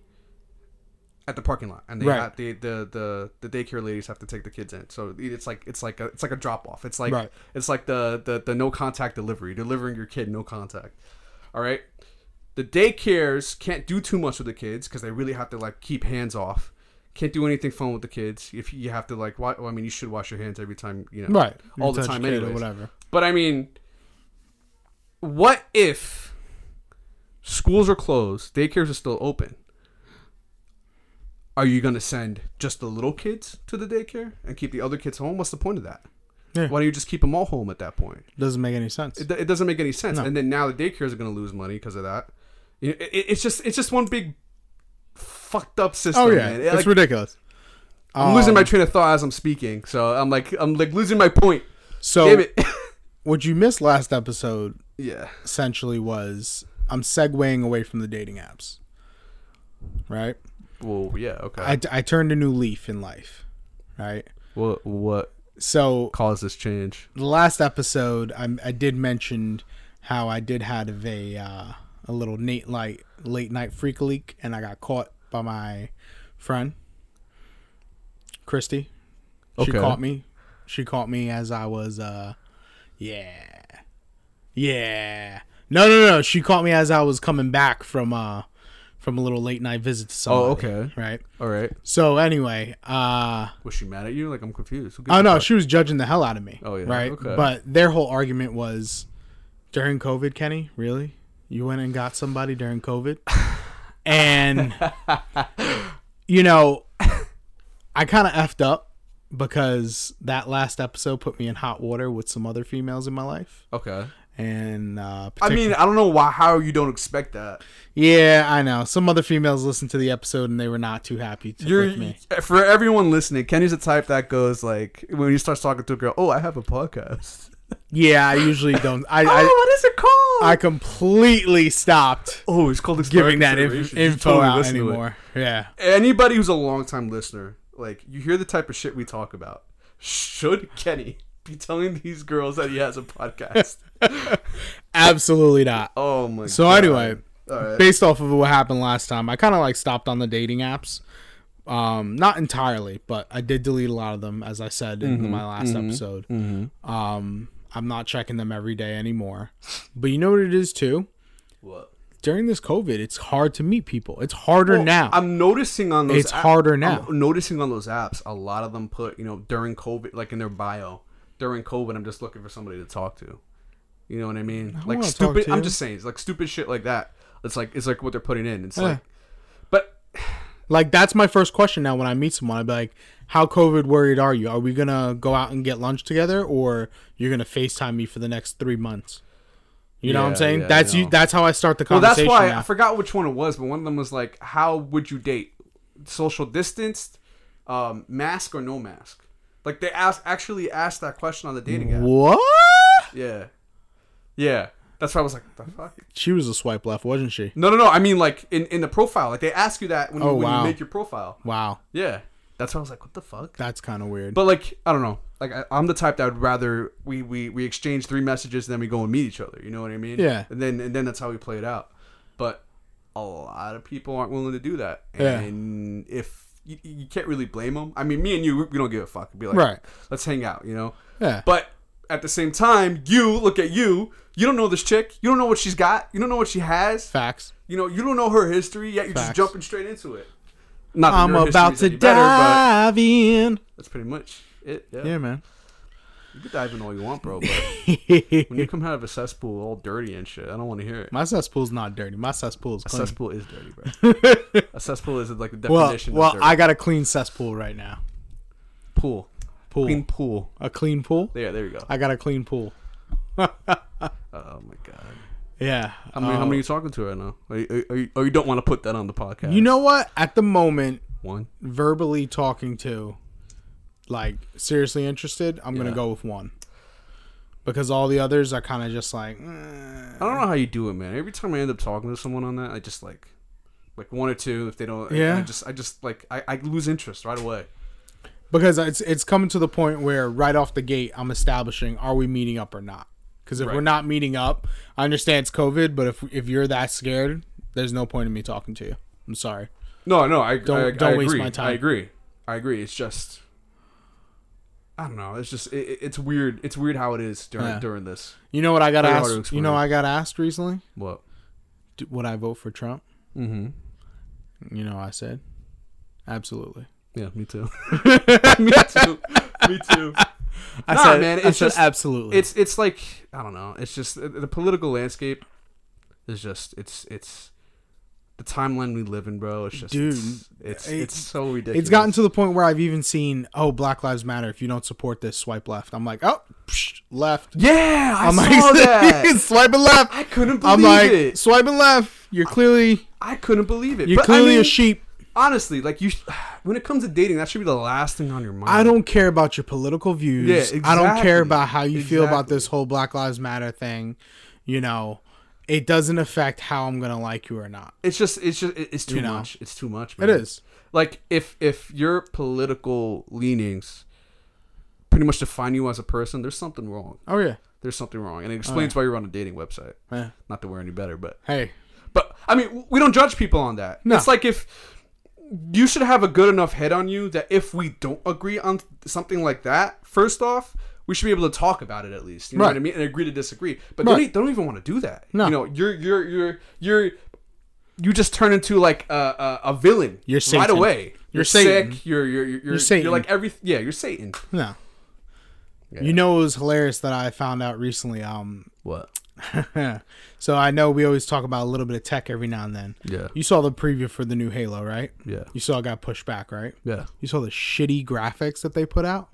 Speaker 1: at the parking lot, and they
Speaker 2: Right.
Speaker 1: got the, the the the daycare ladies have to take the kids in. So it's like it's like a it's like a drop off. It's like
Speaker 2: Right.
Speaker 1: it's like the, the the no contact delivery, delivering your kid no contact. All right, the daycares can't do too much with the kids because they really have to like keep hands off Can't do anything fun with the kids. If you have to like, wa- well, I mean, you should wash your hands every time, you know,
Speaker 2: right
Speaker 1: all the
Speaker 2: Touch
Speaker 1: time
Speaker 2: kid
Speaker 1: anyway.
Speaker 2: or whatever
Speaker 1: But I mean, what if schools are closed, daycares are still open? Are you going to send just the little kids to the daycare and keep the other kids home? What's the point of that?
Speaker 2: Yeah.
Speaker 1: Why don't you just keep them all home at that point?
Speaker 2: doesn't make any sense
Speaker 1: It, do- it doesn't make any sense.
Speaker 2: No.
Speaker 1: And then now the daycares are going to lose money because of that. You know, it, it- it's just it's just one big fucked up system.
Speaker 2: oh yeah
Speaker 1: man.
Speaker 2: it's
Speaker 1: Like,
Speaker 2: ridiculous
Speaker 1: I'm losing
Speaker 2: Um,
Speaker 1: my train of thought as I'm speaking, so I'm like I'm like losing my point.
Speaker 2: so
Speaker 1: Damn it. [LAUGHS]
Speaker 2: what you missed last episode
Speaker 1: yeah.
Speaker 2: essentially was I'm segueing away from the dating apps. Right?
Speaker 1: Well, yeah. Okay.
Speaker 2: I, I turned a new leaf in life. Right?
Speaker 1: What what
Speaker 2: So
Speaker 1: caused this change?
Speaker 2: the last episode, I, I did mention how I did have a uh, a little late night late night freak leak, and I got caught by my friend Christy. She
Speaker 1: Okay.
Speaker 2: caught me. She caught me as I was. Uh, yeah, yeah. No, no, no. She caught me as I was coming back from uh from a little late night visit to somebody.
Speaker 1: Oh, okay.
Speaker 2: Right.
Speaker 1: All right.
Speaker 2: So anyway, uh,
Speaker 1: Was she mad at you? Like I'm confused. Who gives
Speaker 2: Oh
Speaker 1: a
Speaker 2: no,
Speaker 1: fuck?
Speaker 2: she was judging the hell out of me.
Speaker 1: Oh, yeah,
Speaker 2: right.
Speaker 1: okay.
Speaker 2: But their whole argument was during COVID, Kenny. Really, you went and got somebody
Speaker 1: [LAUGHS]
Speaker 2: during COVID, and you know, I kind of effed up because that last episode put me in hot water with some other females in my life,
Speaker 1: Okay.
Speaker 2: and uh,
Speaker 1: I mean, I don't know why. How you don't expect that?
Speaker 2: yeah, I know some other females listened to the episode and they were not too happy to,
Speaker 1: You're
Speaker 2: with me.
Speaker 1: for everyone listening. Kenny's the type that goes like when he starts talking to a girl. Oh, I have a podcast.
Speaker 2: Yeah, I usually don't. I
Speaker 1: oh, [LAUGHS]
Speaker 2: I,
Speaker 1: what is it called?
Speaker 2: I completely stopped.
Speaker 1: oh, it's called
Speaker 2: giving that
Speaker 1: Exploring
Speaker 2: inf-
Speaker 1: Consideration. You should
Speaker 2: info
Speaker 1: totally
Speaker 2: out
Speaker 1: listen to it.
Speaker 2: anymore. Yeah.
Speaker 1: Anybody who's a longtime listener, like you hear the type of shit we talk about. Should Kenny be telling these girls that he has a
Speaker 2: [LAUGHS]
Speaker 1: podcast?
Speaker 2: Absolutely not.
Speaker 1: oh my.
Speaker 2: So
Speaker 1: God.
Speaker 2: anyway,
Speaker 1: All right.
Speaker 2: based off of what happened last time, I kind of like stopped on the dating apps. Um, not entirely, but I did delete a lot of them, as I said in
Speaker 1: Mm-hmm.
Speaker 2: my last episode. Um, I'm not checking them every day anymore. But you know what it is too.
Speaker 1: What?
Speaker 2: During this COVID, it's hard to meet people. It's harder
Speaker 1: Well,
Speaker 2: now.
Speaker 1: I'm noticing on those.
Speaker 2: It's harder now.
Speaker 1: I'm noticing on those apps, a lot of them put you know during COVID, like in their bio, during COVID, I'm just looking for somebody to talk to. You know what I mean? like
Speaker 2: wanna talk
Speaker 1: stupid.
Speaker 2: to
Speaker 1: I'm
Speaker 2: you.
Speaker 1: just saying, it's like stupid shit like that. It's like it's like what they're putting in. It's
Speaker 2: Yeah.
Speaker 1: like, but
Speaker 2: Like that's my first question now when I meet someone. I'd be like, "How COVID worried are you? Are we gonna go out and get lunch together, or you're gonna Facetime me for the next three months?" You know what I'm
Speaker 1: Yeah,
Speaker 2: saying?
Speaker 1: yeah, I
Speaker 2: that's you.
Speaker 1: know.
Speaker 2: That's how I start the
Speaker 1: well, that's
Speaker 2: conversation.
Speaker 1: why
Speaker 2: now.
Speaker 1: I forgot which one it was, but one of them was like, how would you date? Social distanced, um, mask or no mask? Like they asked actually asked that question on the dating app.
Speaker 2: what?
Speaker 1: Yeah, yeah. That's why I was like, the fuck.
Speaker 2: She was a swipe left, wasn't she?
Speaker 1: No, no, no. I mean, like in, in the profile, like they ask you that when,
Speaker 2: Oh,
Speaker 1: you, when
Speaker 2: wow.
Speaker 1: you make your profile.
Speaker 2: Wow,
Speaker 1: Yeah, that's why I was like, what the fuck?
Speaker 2: that's kind of weird.
Speaker 1: But like, I don't know. Like, I, I'm the type that would rather we we we exchange three messages, then we go and meet each other. You know what I mean?
Speaker 2: Yeah.
Speaker 1: And then and then that's how we play it out. But a lot of people aren't willing to do that.
Speaker 2: Yeah.
Speaker 1: And if you, you can't really blame them. I mean, me and you, we, we don't give a fuck. Be like,
Speaker 2: Right.
Speaker 1: Let's hang out. You know.
Speaker 2: yeah,
Speaker 1: But at the same time, you look at you. You don't know this chick. You don't know what she's got. You don't know what she has.
Speaker 2: facts.
Speaker 1: You know, you don't know her history yet. You're
Speaker 2: Facts.
Speaker 1: just jumping straight into it. Not that
Speaker 2: I'm
Speaker 1: your
Speaker 2: about
Speaker 1: history's
Speaker 2: to
Speaker 1: any better, but
Speaker 2: dive in.
Speaker 1: that's pretty much it. Yeah.
Speaker 2: Yeah, man.
Speaker 1: you can dive in all you want, bro. But when you come out of a cesspool all dirty and shit, I don't want to hear it.
Speaker 2: [LAUGHS] My cesspool's not dirty. My cesspool's clean.
Speaker 1: cesspool is dirty,
Speaker 2: [LAUGHS]
Speaker 1: bro. a cesspool is like the
Speaker 2: well,
Speaker 1: definition
Speaker 2: well,
Speaker 1: of dirty.
Speaker 2: I got a clean cesspool right now.
Speaker 1: pool,
Speaker 2: Pool.
Speaker 1: clean pool.
Speaker 2: A clean pool.
Speaker 1: Yeah, there you go.
Speaker 2: I got a clean pool.
Speaker 1: Oh my god.
Speaker 2: Yeah. um,
Speaker 1: How many,
Speaker 2: Oh.
Speaker 1: how many are you talking to right now? Are you, are you, or you don't want to put that on the podcast?
Speaker 2: You know what? At the moment,
Speaker 1: one.
Speaker 2: verbally talking to, like seriously interested, I'm gonna
Speaker 1: Yeah.
Speaker 2: go with one. Because all the others are kind of just like, eh.
Speaker 1: I don't know how you do it, man. Every time I end up talking to someone on that, I just like, like one or two. If they don't,
Speaker 2: Yeah.
Speaker 1: I, I just, I just like, I, I lose interest right away.
Speaker 2: because it's it's coming to the point where right off the gate, I'm establishing are we meeting up or not? Because if we're
Speaker 1: Right.
Speaker 2: not meeting up, I understand it's COVID, but if if you're that scared, there's no point in me talking to you. I'm sorry.
Speaker 1: No, no, I
Speaker 2: Don't-
Speaker 1: I,
Speaker 2: don't
Speaker 1: I
Speaker 2: waste
Speaker 1: agree.
Speaker 2: my time.
Speaker 1: I agree. I agree. It's just I don't know. It's just it, it- it's weird. It's weird how it is during
Speaker 2: Yeah.
Speaker 1: during this.
Speaker 2: You know what I got
Speaker 1: Very hard to
Speaker 2: asked? You
Speaker 1: explain.
Speaker 2: know I got asked recently,
Speaker 1: What?
Speaker 2: D- would I vote for Trump?
Speaker 1: Mm-hmm.
Speaker 2: You know I said, absolutely.
Speaker 1: Yeah, me too. [LAUGHS] me too. Me too.
Speaker 2: I
Speaker 1: Nah,
Speaker 2: said,
Speaker 1: man,
Speaker 2: I
Speaker 1: it's
Speaker 2: said
Speaker 1: just-
Speaker 2: absolutely.
Speaker 1: It's it's like I don't know. It's just the- the political landscape is just it's it's the timeline we live in, bro. It's just
Speaker 2: Dude,
Speaker 1: it's it's,
Speaker 2: it-
Speaker 1: it's so ridiculous.
Speaker 2: it's gotten to the point where I've even seen, oh, Black Lives Matter. If you don't support this, swipe left. I'm like, oh, psh, left.
Speaker 1: yeah. I
Speaker 2: I'm [LAUGHS]
Speaker 1: saw that.
Speaker 2: swiping left.
Speaker 1: I couldn't believe
Speaker 2: I'm like,
Speaker 1: it.
Speaker 2: swiping left. You're clearly,
Speaker 1: I couldn't believe it.
Speaker 2: you're
Speaker 1: but
Speaker 2: clearly
Speaker 1: I mean,
Speaker 2: a sheep.
Speaker 1: honestly, like you, sh- [SIGHS] when it comes to dating, that should be the last thing on your mind.
Speaker 2: I don't care about your political views.
Speaker 1: Yeah,
Speaker 2: I don't
Speaker 1: exactly.
Speaker 2: care about how you feel about
Speaker 1: Exactly.
Speaker 2: this whole Black Lives Matter thing. You know, it doesn't affect how I'm gonna like you or not.
Speaker 1: It's just, it's just, it- it's too
Speaker 2: You know.
Speaker 1: much. It's too much.
Speaker 2: It
Speaker 1: Man.
Speaker 2: is.
Speaker 1: Like if if your political leanings pretty much define you as a person, there's something wrong.
Speaker 2: Oh yeah.
Speaker 1: There's something wrong, and it
Speaker 2: Oh,
Speaker 1: explains why you're on a dating website.
Speaker 2: Yeah.
Speaker 1: Not that we're any better, but
Speaker 2: Hey.
Speaker 1: but I mean, we don't judge people on that.
Speaker 2: No.
Speaker 1: It's like if you should have a good enough head on you that if we don't agree on something like that, first off, we should be able to talk about it at least. You know
Speaker 2: Right.
Speaker 1: what I mean? And agree to disagree. But
Speaker 2: Right.
Speaker 1: they, don't, they don't even want to do that.
Speaker 2: No.
Speaker 1: You know, you're you're you're you're you just turn into like a, a, a villain.
Speaker 2: You're
Speaker 1: right
Speaker 2: Satan.
Speaker 1: away.
Speaker 2: You're Satan.
Speaker 1: sick. You're you're you're you're,
Speaker 2: Satan.
Speaker 1: you're like every yeah. You're Satan.
Speaker 2: No. You know, it was hilarious that I found out recently. Um,
Speaker 1: What?
Speaker 2: so I know we always talk about a little bit of tech every now and then.
Speaker 1: Yeah.
Speaker 2: You saw the preview for the new Halo, right?
Speaker 1: Yeah.
Speaker 2: You saw it got pushed back, right?
Speaker 1: Yeah.
Speaker 2: You saw the shitty graphics that they put out.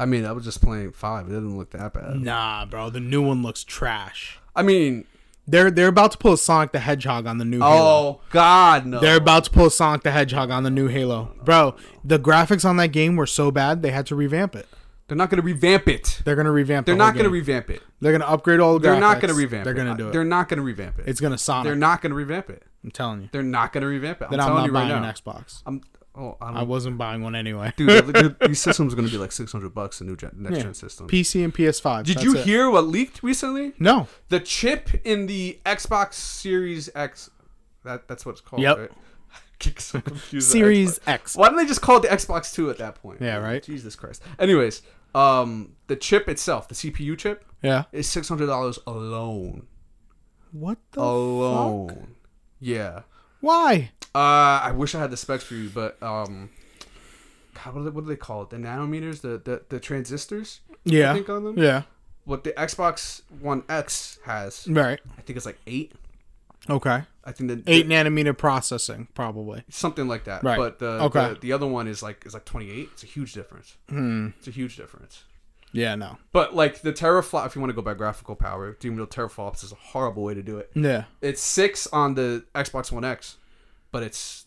Speaker 1: I mean, I was just playing five. It didn't look that bad.
Speaker 2: Nah, bro, the new one looks trash.
Speaker 1: I mean,
Speaker 2: They're they're about to pull a Sonic the Hedgehog on the new Halo.
Speaker 1: oh God, no.
Speaker 2: They're about to pull a Sonic the Hedgehog on the new Halo. Bro, the graphics on that game were so bad they had to revamp it.
Speaker 1: They're not going to revamp it.
Speaker 2: They're gonna revamp.
Speaker 1: They're
Speaker 2: the whole
Speaker 1: not going to
Speaker 2: game.
Speaker 1: revamp it.
Speaker 2: they're gonna upgrade all the.
Speaker 1: They're not
Speaker 2: graphics.
Speaker 1: going to revamp
Speaker 2: They're
Speaker 1: it.
Speaker 2: gonna do it.
Speaker 1: They're not going to revamp it.
Speaker 2: It's gonna Sonic.
Speaker 1: They're not going to revamp it.
Speaker 2: I'm telling you.
Speaker 1: They're not going to revamp it. I'm
Speaker 2: Then I'm,
Speaker 1: telling
Speaker 2: not
Speaker 1: you right
Speaker 2: buying
Speaker 1: now.
Speaker 2: an Xbox.
Speaker 1: I'm oh, I don't,
Speaker 2: I wasn't buying one anyway.
Speaker 1: [LAUGHS] dude, dude,
Speaker 2: [LAUGHS]
Speaker 1: these systems are going to be like 600 bucks the new gen, next
Speaker 2: Yeah.
Speaker 1: gen system.
Speaker 2: PC and PS5.
Speaker 1: Did
Speaker 2: that's
Speaker 1: you
Speaker 2: it.
Speaker 1: hear what leaked recently?
Speaker 2: No.
Speaker 1: The chip in the Xbox Series X that that's what it's called,
Speaker 2: Yep.
Speaker 1: right? [LAUGHS] Get so confused with
Speaker 2: Series
Speaker 1: Xbox.
Speaker 2: X.
Speaker 1: Why didn't they just call it the Xbox 2 at that point?
Speaker 2: Yeah, right.
Speaker 1: Jesus Christ. Anyways, um the chip itself, the CPU chip,
Speaker 2: Yeah.
Speaker 1: is six hundred dollars alone.
Speaker 2: What the
Speaker 1: Alone.
Speaker 2: fuck?
Speaker 1: Yeah.
Speaker 2: Why?
Speaker 1: Uh, I wish I had the specs for you, but um, God, what do they, what do they call it? The nanometers, the the, the transistors.
Speaker 2: Yeah.
Speaker 1: I think on them.
Speaker 2: Yeah.
Speaker 1: What the Xbox One X has,
Speaker 2: Right.
Speaker 1: I think it's like eight.
Speaker 2: Okay.
Speaker 1: I think the
Speaker 2: Eight nanometer processing, probably.
Speaker 1: something like that.
Speaker 2: Right.
Speaker 1: But the,
Speaker 2: Okay. Hmm.
Speaker 1: the the other one is like is like twenty eight. It's a huge difference. It's a huge difference.
Speaker 2: Yeah. No.
Speaker 1: But like the teraflop, if you want to go by graphical power, doing real teraflops is a horrible way to do it.
Speaker 2: Yeah.
Speaker 1: it's six on the Xbox One X, but it's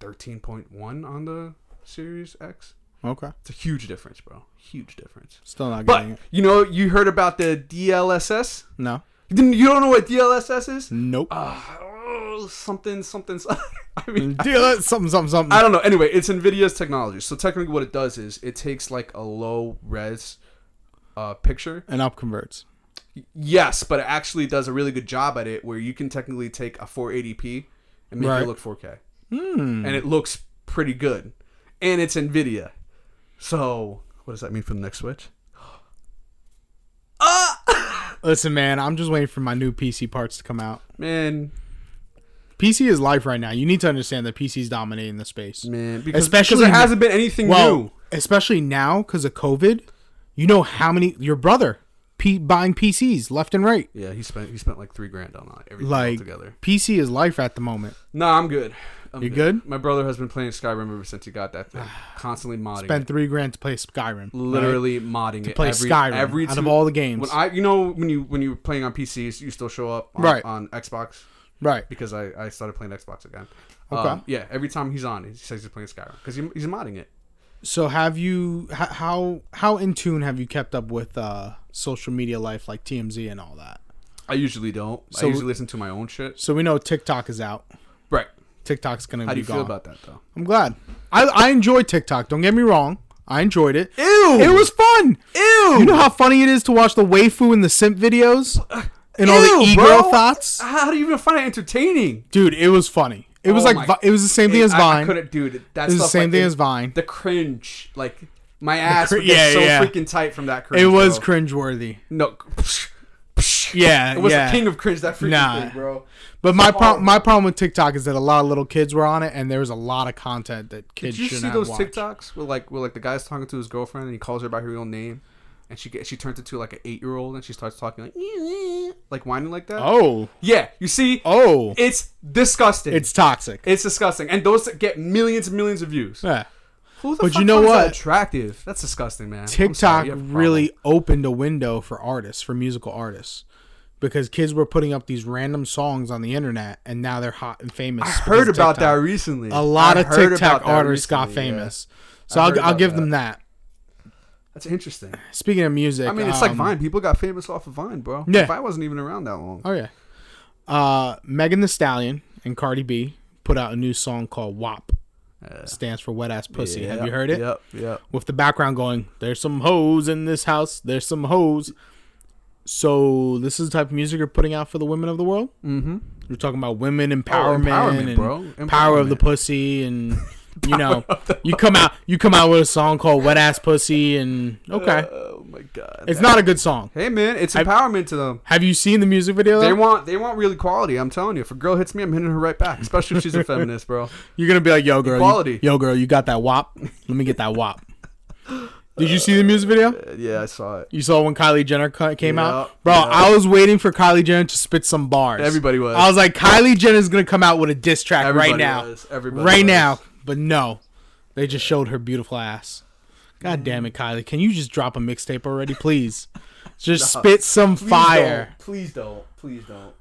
Speaker 1: thirteen point one on the Series X.
Speaker 2: Okay.
Speaker 1: It's a huge difference, bro. Huge difference.
Speaker 2: Still not getting
Speaker 1: But
Speaker 2: it.
Speaker 1: you know, you heard about the DLSS.
Speaker 2: No. Uh,
Speaker 1: You didn't- you don't know what DLSS is?
Speaker 2: Nope.
Speaker 1: Ah, oh, something, something. so- [LAUGHS] I mean,
Speaker 2: Deal it. Something. Something. Something.
Speaker 1: I don't know. Anyway, it's Nvidia's technology. So technically, what it does is it takes like a low res uh, picture
Speaker 2: and up converts.
Speaker 1: Yes, but it actually does a really good job at it where you can technically take a 480p and make
Speaker 2: Right. Hmm.
Speaker 1: it look 4K. And it looks pretty good. And it's NVIDIA. So, what does that mean for the next Switch?
Speaker 2: Listen, man. I'm just waiting for my new PC parts to come out.
Speaker 1: Man,
Speaker 2: PC is life right now. You need to understand that PC is dominating the space.
Speaker 1: man. Because,
Speaker 2: Especially-
Speaker 1: Especially there hasn't been anything
Speaker 2: Well,
Speaker 1: new.
Speaker 2: especially now because of COVID, you know how many your brother P, buying PCs left and right.
Speaker 1: Yeah, he spent he spent like three grand on uh, everything
Speaker 2: Like
Speaker 1: altogether.
Speaker 2: PC is life at the moment,
Speaker 1: Nah, I'm good. I'm
Speaker 2: You good?
Speaker 1: My brother has been playing Skyrim ever since he got that thing. [SIGHS] Constantly modding. it.
Speaker 2: spend three grand to play Skyrim. right?
Speaker 1: literally modding to it
Speaker 2: play
Speaker 1: every,
Speaker 2: Skyrim
Speaker 1: every
Speaker 2: out
Speaker 1: two-
Speaker 2: of all the games.
Speaker 1: When I, you know, when you when you were playing on PCs, you still show up on,
Speaker 2: Right.
Speaker 1: on Xbox
Speaker 2: right?
Speaker 1: because I, I started playing Xbox again.
Speaker 2: Okay.
Speaker 1: Um, yeah, every time he's on, he says he's playing Skyrim because he, he's modding it.
Speaker 2: So have you h- how how in tune have you kept up with uh social media life like TMZ and all that?
Speaker 1: I usually don't.
Speaker 2: So-
Speaker 1: I usually listen to my own shit.
Speaker 2: So we know TikTok is out.
Speaker 1: Right.
Speaker 2: TikTok's gonna
Speaker 1: How
Speaker 2: be
Speaker 1: do you
Speaker 2: gone.
Speaker 1: feel about that though?
Speaker 2: I'm glad. I I enjoy TikTok. Don't get me wrong. I enjoyed it.
Speaker 1: Ew!
Speaker 2: It was fun.
Speaker 1: Ew!
Speaker 2: You know how funny it is to watch the waifu and the simp videos and all the
Speaker 1: Ew,
Speaker 2: e-girl
Speaker 1: bro.
Speaker 2: thoughts?
Speaker 1: How do you even find it entertaining?
Speaker 2: Dude, it was funny. It was
Speaker 1: Oh
Speaker 2: like
Speaker 1: my-
Speaker 2: Vi- it was the same thing
Speaker 1: It-
Speaker 2: as
Speaker 1: I- I
Speaker 2: Vine.
Speaker 1: couldn't, dude. That's
Speaker 2: it was the same thing as Vine.
Speaker 1: The cringe, like my ass
Speaker 2: cr-
Speaker 1: would get
Speaker 2: yeah,
Speaker 1: so
Speaker 2: yeah.
Speaker 1: freaking tight from that cringe.
Speaker 2: It was
Speaker 1: bro.
Speaker 2: cringeworthy.
Speaker 1: no. [LAUGHS]
Speaker 2: Yeah,
Speaker 1: It was
Speaker 2: yeah.
Speaker 1: the king of cringe. That freaking
Speaker 2: Nah.
Speaker 1: thing, bro.
Speaker 2: But my
Speaker 1: Oh.
Speaker 2: problem, my problem with TikTok is that a lot of little kids were on it, and there was a lot of content that kids
Speaker 1: Did you
Speaker 2: should
Speaker 1: see
Speaker 2: not
Speaker 1: those
Speaker 2: watch.
Speaker 1: TikToks where like where like the guy's talking to his girlfriend and he calls her by her real name, and she gets she turns into like an eight year old and she starts talking like like whining like that.
Speaker 2: Oh,
Speaker 1: Yeah, you see,
Speaker 2: oh,
Speaker 1: it's disgusting.
Speaker 2: it's toxic.
Speaker 1: It's disgusting, and those that get millions and millions of views.
Speaker 2: yeah.
Speaker 1: Who the
Speaker 2: But
Speaker 1: fuck
Speaker 2: you know
Speaker 1: finds that
Speaker 2: what?
Speaker 1: Attractive. That's disgusting, man. I'm sorry,
Speaker 2: TikTok
Speaker 1: you have a problem.
Speaker 2: really opened a window for artists, for musical artists, because kids were putting up these random songs on the internet, and now they're hot and famous.
Speaker 1: I
Speaker 2: because
Speaker 1: heard
Speaker 2: of
Speaker 1: about that
Speaker 2: TikTok.
Speaker 1: recently.
Speaker 2: A lot
Speaker 1: I
Speaker 2: of
Speaker 1: heard
Speaker 2: TikTok
Speaker 1: about that
Speaker 2: artists got
Speaker 1: recently, yeah.
Speaker 2: famous, so
Speaker 1: I
Speaker 2: I'll,
Speaker 1: heard
Speaker 2: I'll
Speaker 1: about
Speaker 2: give them that.
Speaker 1: That's interesting.
Speaker 2: Speaking of music,
Speaker 1: I mean, it's like
Speaker 2: um,
Speaker 1: Vine. People got famous off of Vine, bro.
Speaker 2: Yeah.
Speaker 1: Vine wasn't even around that long.
Speaker 2: Oh yeah. Uh, Megan the Stallion and Cardi B put out a new song called WAP. Stands for Wet Ass Pussy. Have you
Speaker 1: Yep,
Speaker 2: heard it?
Speaker 1: Yep, yep.
Speaker 2: With the background going, there's some hoes in this house. There's some hoes. So this is the type of music you're putting out for the women of the world.
Speaker 1: Mm-hmm. Oh,
Speaker 2: You're talking about women empowerment,
Speaker 1: empowerment,
Speaker 2: and
Speaker 1: bro.
Speaker 2: power of the
Speaker 1: Empowerment. [LAUGHS]
Speaker 2: pussy, and you know, you come out, you come out with a song called "Wet Ass Pussy," and okay,
Speaker 1: Oh my god.
Speaker 2: it's not a good song.
Speaker 1: Hey man, it's empowerment to them.
Speaker 2: Have you seen the music video?
Speaker 1: They
Speaker 2: Though?
Speaker 1: want they want really quality. I'm telling you, if a girl hits me, I'm hitting her right back, especially if she's a [LAUGHS] feminist, bro. Uh,
Speaker 2: You're gonna be like, "Yo, girl,
Speaker 1: Equality.
Speaker 2: You, yo, girl, you got that wop? Let me get that wop." Did you see the music video?
Speaker 1: Uh, yeah, I saw it.
Speaker 2: You saw when Kylie Jenner cu- came out,
Speaker 1: Yeah,
Speaker 2: bro.
Speaker 1: yeah.
Speaker 2: I was waiting for Kylie Jenner to spit some bars.
Speaker 1: Everybody was.
Speaker 2: I was like, Kylie Jenner's gonna come out with a diss track
Speaker 1: Everybody
Speaker 2: right now,
Speaker 1: was. Everybody
Speaker 2: right
Speaker 1: was.
Speaker 2: now. But no, they just showed her beautiful ass. God damn it, Kylie! Can you just drop a mixtape
Speaker 1: [LAUGHS]
Speaker 2: already, please? Just spit some
Speaker 1: Please
Speaker 2: fire.
Speaker 1: don't. Please don't. Please don't.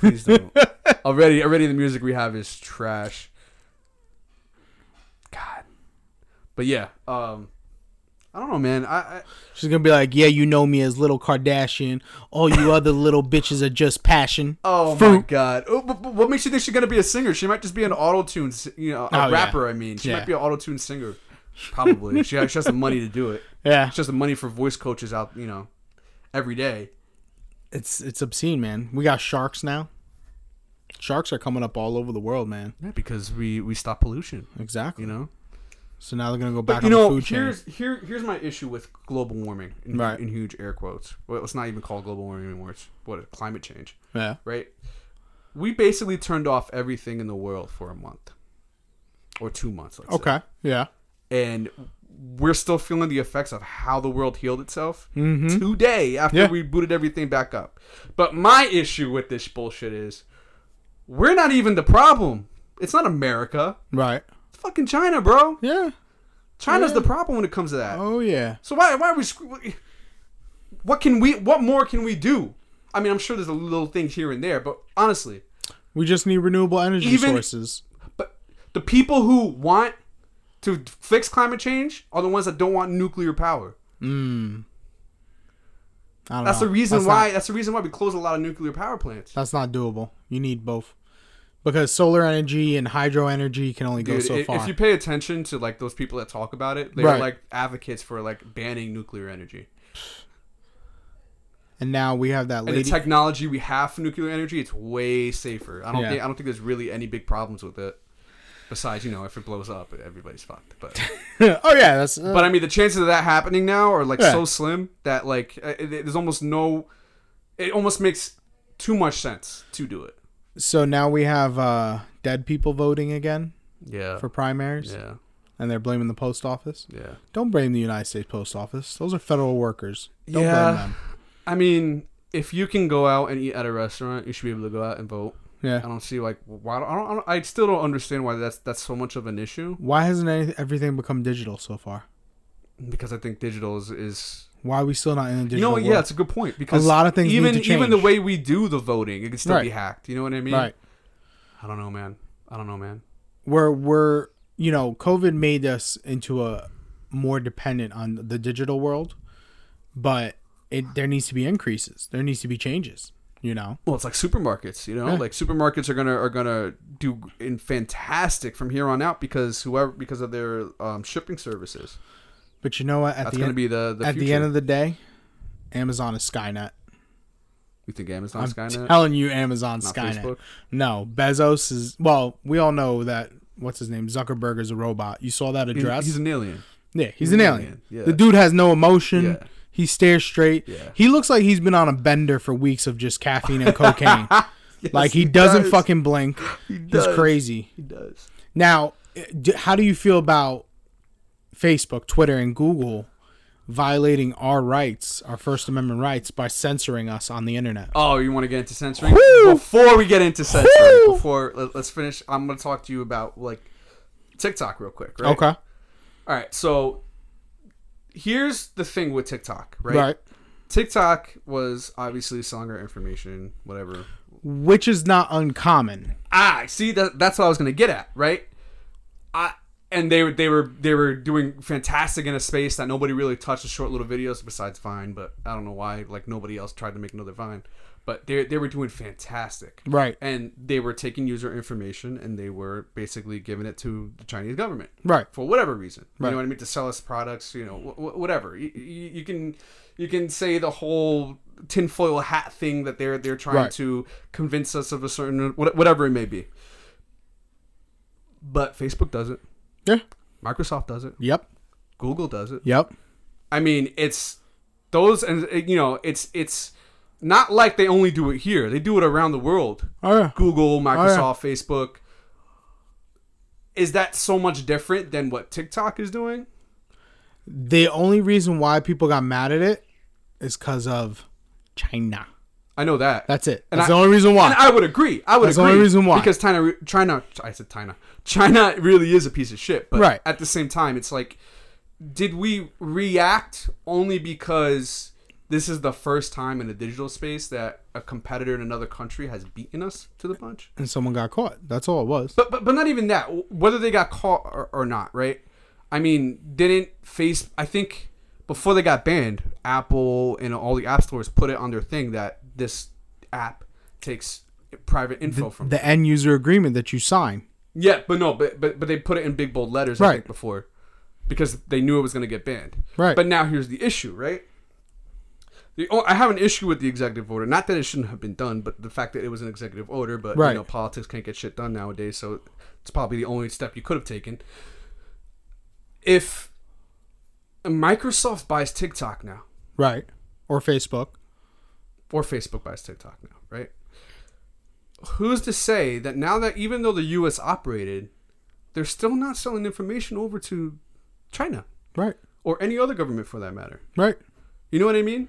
Speaker 1: Please don't. [LAUGHS] already, already the music we have is trash. God. But yeah, um, I don't know, man. I, I
Speaker 2: She's gonna be like, "Yeah, you know me as Little Kardashian. All you other little bitches are just passion."
Speaker 1: oh my
Speaker 2: Fruit.
Speaker 1: god. Oh, but, but what makes you think she's gonna be a singer? She might just be an auto tune, you know,
Speaker 2: Oh,
Speaker 1: a
Speaker 2: yeah.
Speaker 1: rapper. I mean, she
Speaker 2: Yeah.
Speaker 1: might be an auto tune singer. Probably. she, has, she has the money to do it.
Speaker 2: Yeah,
Speaker 1: She has the money for voice coaches out, you know, every day.
Speaker 2: it's it's obscene, man. We got sharks now. Sharks are coming up all over the world, man.
Speaker 1: Yeah, because we we stop pollution.
Speaker 2: Exactly.
Speaker 1: You know.
Speaker 2: So now they're gonna go back
Speaker 1: you
Speaker 2: on
Speaker 1: know,
Speaker 2: the food chain.
Speaker 1: here's here here's my issue with global warming in,
Speaker 2: Right.
Speaker 1: in huge air quotes. Well, it's not even called global warming anymore. It's what climate change,
Speaker 2: Yeah,
Speaker 1: right? We basically turned off everything in the world for a month or two months. Let's
Speaker 2: Okay. Yeah.
Speaker 1: say. and we're still feeling the effects of how the world healed itself
Speaker 2: Hmm.
Speaker 1: today after
Speaker 2: Mm-hmm. Yeah.
Speaker 1: we booted everything back up. But my issue with this bullshit is we're not even the problem. It's not America.
Speaker 2: Mm-hmm. Right.
Speaker 1: It's fucking China, bro.
Speaker 2: Yeah.
Speaker 1: China's the problem when it comes to that.
Speaker 2: Oh yeah.
Speaker 1: So why why are we? screw- What can we? What more can we do? I mean, I'm sure there's a little things here and there, but honestly,
Speaker 2: We just need renewable energy
Speaker 1: Even-
Speaker 2: sources.
Speaker 1: but the people who want to fix climate change are the ones that don't want nuclear power.
Speaker 2: Mm. I don't
Speaker 1: That's
Speaker 2: know.
Speaker 1: the reason
Speaker 2: Oh, That's not-
Speaker 1: why. that's the reason why we close a lot of nuclear power plants.
Speaker 2: that's not doable. You need both. Because solar energy and hydro energy can only go
Speaker 1: Dude,
Speaker 2: so
Speaker 1: i-
Speaker 2: far.
Speaker 1: if you pay attention to like those people that talk about it, they're
Speaker 2: Right.
Speaker 1: like advocates for like banning nuclear energy.
Speaker 2: and now we have that
Speaker 1: And
Speaker 2: lady.
Speaker 1: the technology we have for nuclear energy, it's way safer. I don't
Speaker 2: Yeah.
Speaker 1: think I don't think there's really any big problems with it. Besides, you know, if it blows up, everybody's fucked.
Speaker 2: [LAUGHS]
Speaker 1: But
Speaker 2: [LAUGHS] oh yeah, that's uh,
Speaker 1: but I mean, the chances of that happening now are like
Speaker 2: Yeah.
Speaker 1: so slim that like uh, it- there's almost no. It almost makes too much sense to do it.
Speaker 2: so now we have uh, dead people voting again
Speaker 1: Yeah.
Speaker 2: for primaries,
Speaker 1: yeah.
Speaker 2: and they're blaming the post office.
Speaker 1: Yeah.
Speaker 2: Don't blame the United States Post Office. Those are federal workers. Don't
Speaker 1: Yeah.
Speaker 2: blame them.
Speaker 1: I mean, if you can go out and eat at a restaurant, you should be able to go out and vote. I
Speaker 2: Yeah.
Speaker 1: don't see like why. I don't. I, don't, I still don't understand why that's that's so much of an issue
Speaker 2: Why hasn't any, everything become digital so far?
Speaker 1: because I think digital is. is
Speaker 2: Why are we still not in a digital
Speaker 1: you know, what?
Speaker 2: world?
Speaker 1: yeah, it's a good point because
Speaker 2: lot of things need
Speaker 1: even
Speaker 2: to
Speaker 1: even the
Speaker 2: change.
Speaker 1: way we do the voting, it can still be
Speaker 2: Right.
Speaker 1: hacked. You know what I mean?
Speaker 2: right.
Speaker 1: I don't know, man. I don't know, man.
Speaker 2: we're we're you know covid made us into a more dependent on the digital world but it there needs to be increases there needs to be changes you know
Speaker 1: Well, it's like supermarkets, you know,
Speaker 2: Yeah.
Speaker 1: like supermarkets are gonna are gonna do in fantastic from here on out because whoever because of their um, shipping services.
Speaker 2: but you know what at
Speaker 1: That's
Speaker 2: the
Speaker 1: gonna
Speaker 2: end,
Speaker 1: be the the
Speaker 2: at
Speaker 1: future.
Speaker 2: the end of the day amazon is skynet
Speaker 1: you think Amazon
Speaker 2: i'm
Speaker 1: Skynet,
Speaker 2: telling you amazon
Speaker 1: not
Speaker 2: skynet
Speaker 1: Facebook?
Speaker 2: no bezos is well we all know that what's his name zuckerberg is a robot you saw that
Speaker 1: He-
Speaker 2: address
Speaker 1: He's an alien.
Speaker 2: yeah he's an alien,
Speaker 1: Yeah.
Speaker 2: the dude has no emotion
Speaker 1: Yeah.
Speaker 2: He stares straight.
Speaker 1: Yeah. [LAUGHS]
Speaker 2: He looks like he's been on a bender for weeks of just caffeine and cocaine. like he,
Speaker 1: he
Speaker 2: doesn't
Speaker 1: does.
Speaker 2: fucking blink.
Speaker 1: He
Speaker 2: He's
Speaker 1: does.
Speaker 2: crazy.
Speaker 1: He does.
Speaker 2: Now, d- how do you feel about Facebook, Twitter, and Google violating our rights, our First Amendment rights, by censoring us on the internet?
Speaker 1: Oh, you want to get into censoring?
Speaker 2: Whew.
Speaker 1: Before we get into censoring,
Speaker 2: Whew.
Speaker 1: before let, us finish, I'm going to talk to you about like TikTok real quick, right?
Speaker 2: Okay,
Speaker 1: All right. So here's the thing with TikTok, right?
Speaker 2: right.
Speaker 1: TikTok was obviously selling our information, whatever.
Speaker 2: Which is not uncommon.
Speaker 1: Ah, see that that's what I was going to get at, right? I and they were they were they were doing fantastic in a space that nobody really touched. The short little videos besides Vine, but I don't know why like nobody else tried to make another Vine, but they they were doing fantastic,
Speaker 2: Right.
Speaker 1: and they were taking user information and they were basically giving it to the Chinese government
Speaker 2: Right.
Speaker 1: for whatever reason. You
Speaker 2: Right.
Speaker 1: know what I mean? To sell us products, you know, wh- wh- whatever. You, you, you can you can say the whole tinfoil hat thing that they're they're trying
Speaker 2: Right.
Speaker 1: to convince us of a certain what- whatever it may be. But Facebook does it.
Speaker 2: Yeah.
Speaker 1: Microsoft does it.
Speaker 2: Yep.
Speaker 1: Google does it.
Speaker 2: Yep.
Speaker 1: I mean, it's those and uh, you know, it's it's not like they only do it here. They do it around the world.
Speaker 2: Oh yeah.
Speaker 1: Google,
Speaker 2: yeah.
Speaker 1: Microsoft, Facebook. Is that so much different than what TikTok is doing?
Speaker 2: The only reason why people got mad at it is because of China.
Speaker 1: I know that.
Speaker 2: That's it.
Speaker 1: And
Speaker 2: That's
Speaker 1: I-
Speaker 2: the only reason why.
Speaker 1: and I would agree. I would
Speaker 2: That's the
Speaker 1: agree.
Speaker 2: only reason why.
Speaker 1: Because China, China, I said China. China really is a piece of shit. But
Speaker 2: Right.
Speaker 1: at the same time, it's like, did we react only because this is the first time in the digital space that a competitor in another country has beaten us to the punch?
Speaker 2: and someone got caught. That's all it was.
Speaker 1: But but, but not even that. Whether they got caught or, or not, right? I mean, didn't face? I think before they got banned, Apple and all the app stores put it on their thing that this app takes private info from.
Speaker 2: The end user agreement that you sign.
Speaker 1: yeah, but no, but but but they put it in big bold letters I
Speaker 2: Right.
Speaker 1: think before because they knew it was going to get banned.
Speaker 2: Right.
Speaker 1: But now here's the issue, right? The, oh, I have an issue with the executive order. Not that it shouldn't have been done, but the fact that it was an executive order. But
Speaker 2: Right.
Speaker 1: you know, politics can't get shit done nowadays, so it's probably the only step you could have taken. If Microsoft buys TikTok now,
Speaker 2: Right. Or Facebook.
Speaker 1: or Facebook buys TikTok now, right? Who's to say that now that even though the U.S. operated, they're still not selling information over to China
Speaker 2: Right.
Speaker 1: or any other government for that matter?
Speaker 2: Right.
Speaker 1: You know what I mean?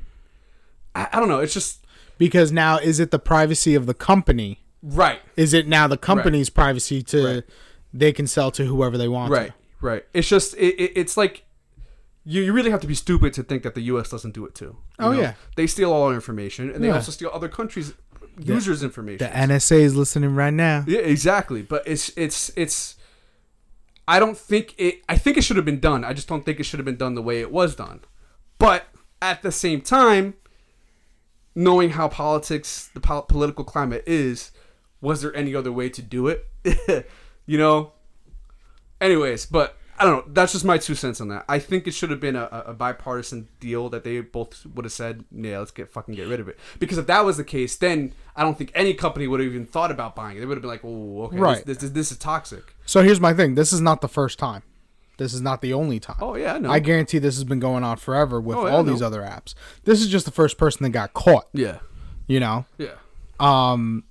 Speaker 1: I, I don't know. It's just
Speaker 2: Because now is it the privacy of the company?
Speaker 1: right,
Speaker 2: Is it now the company's privacy to they can sell to whoever they want? to?
Speaker 1: right, right. It's just it, it, it's like you, you really have to be stupid to think that the U.S. doesn't do it too. You
Speaker 2: Oh, yeah.
Speaker 1: they steal all our information, and they
Speaker 2: Yeah.
Speaker 1: also steal other countries' users' information.
Speaker 2: The NSA is listening right now.
Speaker 1: Yeah, exactly. But it's it's it's. I don't think it. I think it should have been done. I just don't think it should have been done the way it was done. But at the same time, knowing how politics, the pol- political climate is, was there any other way to do it? [LAUGHS] you know. Anyways, but I don't know. That's just my two cents on that. I think it should have been a, a bipartisan deal that they both would have said, "Yeah, let's get fucking get rid of it." Because if that was the case, then I don't think any company would have even thought about buying it. They would have been like, "Oh, okay,
Speaker 2: Right.
Speaker 1: this, this, this is toxic."
Speaker 2: So here's my thing. This is not the first time. This is not the only time.
Speaker 1: Oh yeah, no,
Speaker 2: I guarantee this has been going on forever with
Speaker 1: Oh, yeah,
Speaker 2: all
Speaker 1: I
Speaker 2: these
Speaker 1: know.
Speaker 2: other apps. This is just the first person that got caught,
Speaker 1: yeah,
Speaker 2: you know?
Speaker 1: yeah.
Speaker 2: um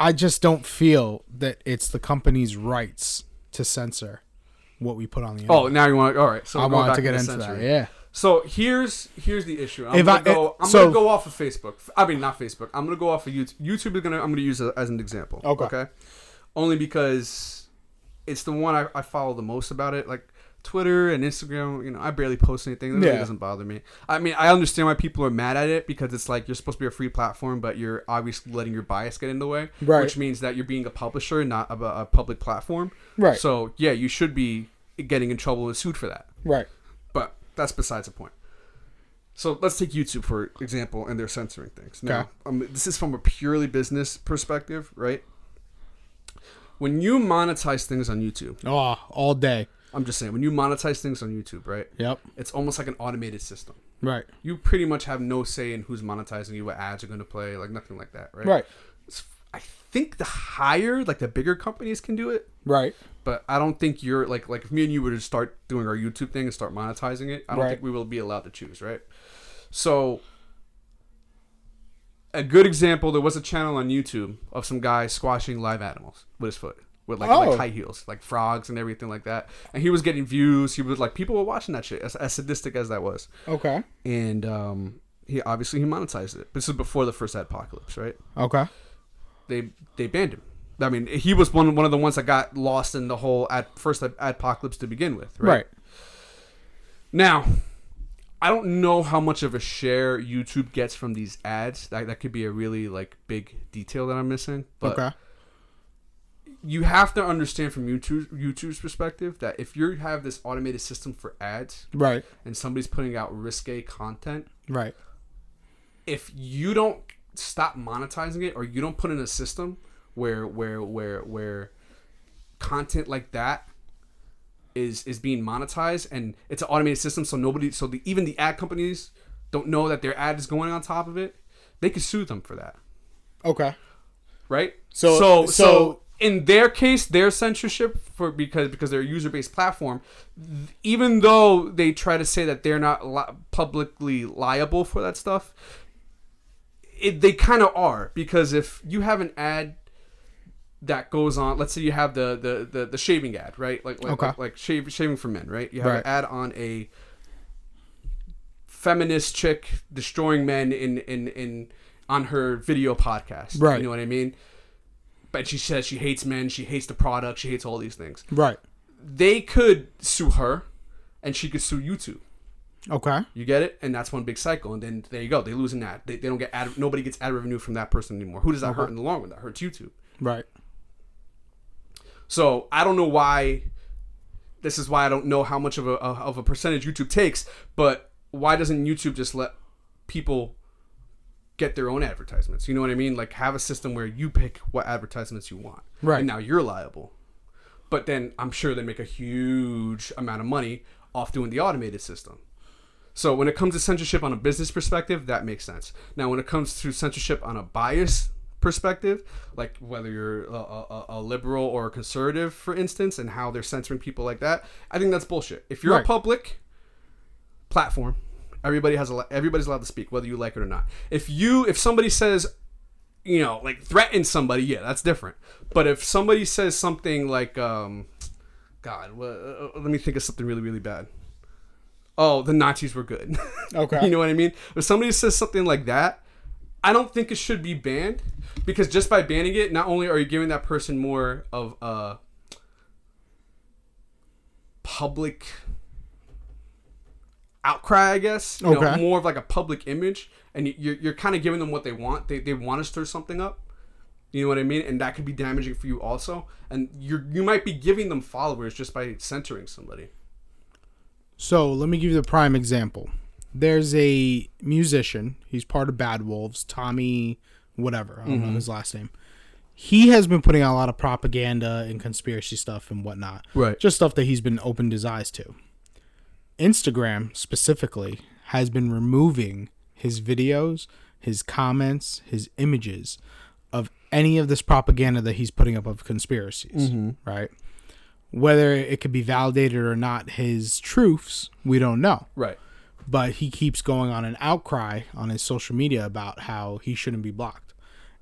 Speaker 2: i just don't feel that it's the company's rights to censor what we put on the internet.
Speaker 1: Oh, now you want? All right, so
Speaker 2: i
Speaker 1: we're going
Speaker 2: wanted
Speaker 1: back
Speaker 2: to get
Speaker 1: the
Speaker 2: into that
Speaker 1: censoring.
Speaker 2: yeah
Speaker 1: So here's here's the issue. I'm
Speaker 2: If
Speaker 1: gonna
Speaker 2: I-
Speaker 1: go. I'm
Speaker 2: so-
Speaker 1: gonna go off of Facebook. I mean, not Facebook. I'm gonna go off of YouTube. YouTube is gonna. I'm gonna use it as an example.
Speaker 2: Okay.
Speaker 1: Only because it's the one I, I follow the most about it. Like Twitter and Instagram. You know, I barely post anything. It really
Speaker 2: Yeah.
Speaker 1: doesn't bother me. I mean, I understand why people are mad at it because it's like you're supposed to be a free platform, but you're obviously letting your bias get in the way.
Speaker 2: Right.
Speaker 1: Which means that you're being a publisher, not a, a public platform.
Speaker 2: Right.
Speaker 1: So yeah, you should be getting in trouble and sued for that
Speaker 2: right
Speaker 1: but that's besides the point. So let's take YouTube for example, and they're censoring things. Now,
Speaker 2: Okay.
Speaker 1: um, this is from a purely business perspective, right? When you monetize things on YouTube,
Speaker 2: oh all day
Speaker 1: I'm just saying, when you monetize things on YouTube, right?
Speaker 2: yep
Speaker 1: It's almost like an automated system.
Speaker 2: right
Speaker 1: You pretty much have no say in who's monetizing you, what ads are going to play, like nothing like that, right?
Speaker 2: right
Speaker 1: It's- I think the higher, like the bigger companies can do it,
Speaker 2: right
Speaker 1: but I don't think you're like like if me and you were to start doing our YouTube thing and start monetizing it, I don't
Speaker 2: Right.
Speaker 1: think we will be allowed to choose, right? So a good example, there was a channel on YouTube of some guy squashing live animals with his foot, with like,
Speaker 2: Oh.
Speaker 1: like high heels, like frogs and everything like that. And he was getting views. He was like, people were watching that shit, as, as sadistic as that was.
Speaker 2: Okay.
Speaker 1: And um, he obviously he monetized it. This is before the first apocalypse, right?
Speaker 2: Okay.
Speaker 1: They they banned him. I mean, he was one one of the ones that got lost in the whole at first apocalypse to begin with,
Speaker 2: Right.
Speaker 1: right? Now, I don't know how much of a share YouTube gets from these ads. That, that could be a really like big detail that I'm missing. But
Speaker 2: okay.
Speaker 1: you have to understand from YouTube YouTube's perspective that if you have this automated system for ads
Speaker 2: Right.
Speaker 1: and somebody's putting out risque content,
Speaker 2: Right.
Speaker 1: if you don't stop monetizing it or you don't put in a system where where where where content like that is is being monetized and it's an automated system so nobody so the, even the ad companies don't know that their ad is going on top of it they could sue them for that
Speaker 2: Okay.
Speaker 1: right
Speaker 2: So-
Speaker 1: so
Speaker 2: so-
Speaker 1: so in their case their censorship for because because they're a user-based platform th- even though they try to say that they're not li- publicly liable for that stuff it, they kind of are because if you have an ad that goes on let's say you have the the the, the shaving ad right like like,
Speaker 2: Okay.
Speaker 1: like like shave, shaving for men right you have
Speaker 2: Right.
Speaker 1: an ad on a feminist chick destroying men in in in on her video podcast
Speaker 2: Right.
Speaker 1: you know what i mean but she says she hates men she hates the product she hates all these things
Speaker 2: Right.
Speaker 1: they could sue her and she could sue youtube
Speaker 2: Okay.
Speaker 1: you get it, and that's one big cycle, and then there you go. They lose an ad. They, they don't get ad. Nobody gets ad revenue from that person anymore. Who does that hurt in the long run? That hurts YouTube.
Speaker 2: Right.
Speaker 1: So I don't know why. This is why I don't know how much of a of a percentage YouTube takes, but why doesn't YouTube just let people get their own advertisements? You know what I mean? Like have a system where you pick what advertisements you want.
Speaker 2: Right.
Speaker 1: And now you're liable. But then I'm sure they make a huge amount of money off doing the automated system. So when it comes to censorship on a business perspective, that makes sense. Now when it comes to censorship on a bias perspective, like whether you're a, a, a liberal or a conservative, for instance, and how they're censoring people like that, I think that's bullshit. If you're
Speaker 2: Right.
Speaker 1: a public platform, everybody has a li- everybody's allowed to speak, whether you like it or not. If you if somebody says you know, like threaten somebody, yeah, that's different. But if somebody says something like, um, God, wha- uh, let me think of something really, really bad. Oh, the Nazis were good. [LAUGHS]
Speaker 2: Okay.
Speaker 1: you know what I mean? If somebody says something like that, I don't think it should be banned because just by banning it, not only are you giving that person more of a public outcry, I guess, you know,
Speaker 2: Okay.
Speaker 1: more of like a public image, and you- you're, you're kind of giving them what they want. They, they want to stir something up. You know what I mean? And that could be damaging for you also. And you you might be giving them followers just by censoring somebody.
Speaker 2: So let me give you the prime example. There's a musician. He's part of Bad Wolves. Tommy, whatever. I don't know his last name. He has been putting out a lot of propaganda and conspiracy stuff and whatnot.
Speaker 1: Right.
Speaker 2: Just stuff that he's been opened his eyes to. Instagram specifically has been removing his videos, his comments, his images of any of this propaganda that he's putting up of conspiracies, right? Whether it could be validated or not, his truths, we don't know.
Speaker 1: Right.
Speaker 2: But he keeps going on an outcry on his social media about how he shouldn't be blocked.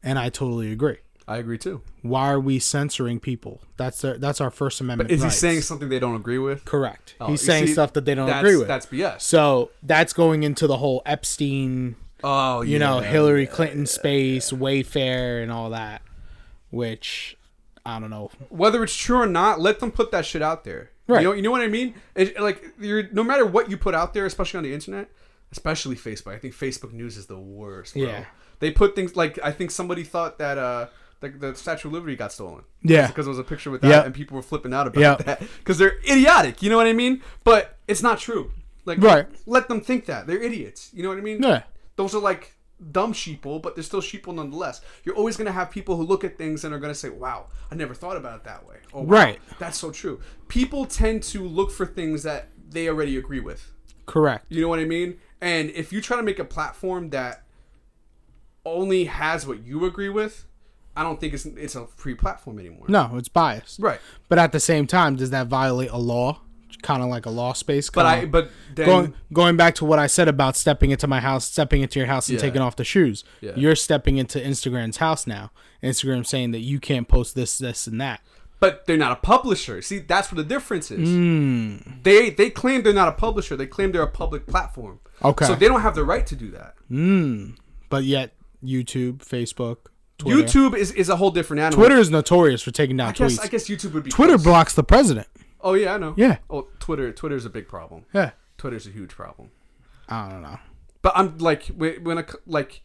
Speaker 2: And I totally agree.
Speaker 1: I agree too.
Speaker 2: Why are we censoring people? That's our, that's our First Amendment.
Speaker 1: Is
Speaker 2: rights.
Speaker 1: he saying something they don't agree with?
Speaker 2: Correct.
Speaker 1: Oh,
Speaker 2: He's
Speaker 1: you
Speaker 2: saying
Speaker 1: see,
Speaker 2: stuff that they don't
Speaker 1: that's-
Speaker 2: agree with.
Speaker 1: That's BS.
Speaker 2: So that's going into the whole Epstein,
Speaker 1: Oh,
Speaker 2: you know,
Speaker 1: yeah.
Speaker 2: Hillary Clinton space, Wayfair, and all that, which I don't know.
Speaker 1: Whether it's true or not, let them put that shit out there.
Speaker 2: Right.
Speaker 1: You know, you know what I mean? It, like, you're no matter what you put out there, especially on the internet, especially Facebook. I think Facebook News is the worst. Bro.
Speaker 2: Yeah.
Speaker 1: They put things like I think somebody thought that uh the, the Statue of Liberty got stolen.
Speaker 2: Yeah.
Speaker 1: Because it was a picture with that,
Speaker 2: Yep.
Speaker 1: and people were flipping out about
Speaker 2: Yep.
Speaker 1: that because they're idiotic. You know what I mean? But it's not true. Like,
Speaker 2: Right.
Speaker 1: Let them think that they're idiots. You know what I mean?
Speaker 2: Yeah.
Speaker 1: those are like dumb sheeple, but they're still sheeple nonetheless. You're always gonna have people who look at things and are gonna say, "Wow, I never thought about it that way." Or, wow,
Speaker 2: Right.
Speaker 1: That's so true. People tend to look for things that they already agree with.
Speaker 2: Correct.
Speaker 1: You know what I mean? And if you try to make a platform that only has what you agree with, I don't think it's it's a free platform anymore.
Speaker 2: No, it's biased.
Speaker 1: Right.
Speaker 2: But at the same time, does that violate a law? kind of like a law space.
Speaker 1: But I
Speaker 2: kinda-
Speaker 1: but then
Speaker 2: going going back to what I said about stepping into my house, stepping into your house and
Speaker 1: Yeah.
Speaker 2: taking off the shoes.
Speaker 1: Yeah.
Speaker 2: You're stepping into Instagram's house now. Instagram saying that you can't post this, this, and that.
Speaker 1: but they're not a publisher. See, that's what the difference is.
Speaker 2: Hmm.
Speaker 1: They they claim they're not a publisher. They claim they're a public platform.
Speaker 2: Okay.
Speaker 1: So they don't have the right to do that.
Speaker 2: But yet, YouTube, Facebook, Twitter.
Speaker 1: YouTube is, is a whole different animal.
Speaker 2: Twitter is notorious for taking down
Speaker 1: I guess
Speaker 2: tweets.
Speaker 1: I guess YouTube would be
Speaker 2: Twitter
Speaker 1: close.
Speaker 2: blocks the president.
Speaker 1: Oh yeah, I know.
Speaker 2: Yeah.
Speaker 1: Oh, Twitter Twitter's a big problem.
Speaker 2: Yeah.
Speaker 1: Twitter's a huge problem.
Speaker 2: I don't know.
Speaker 1: But I'm like wh- when a c like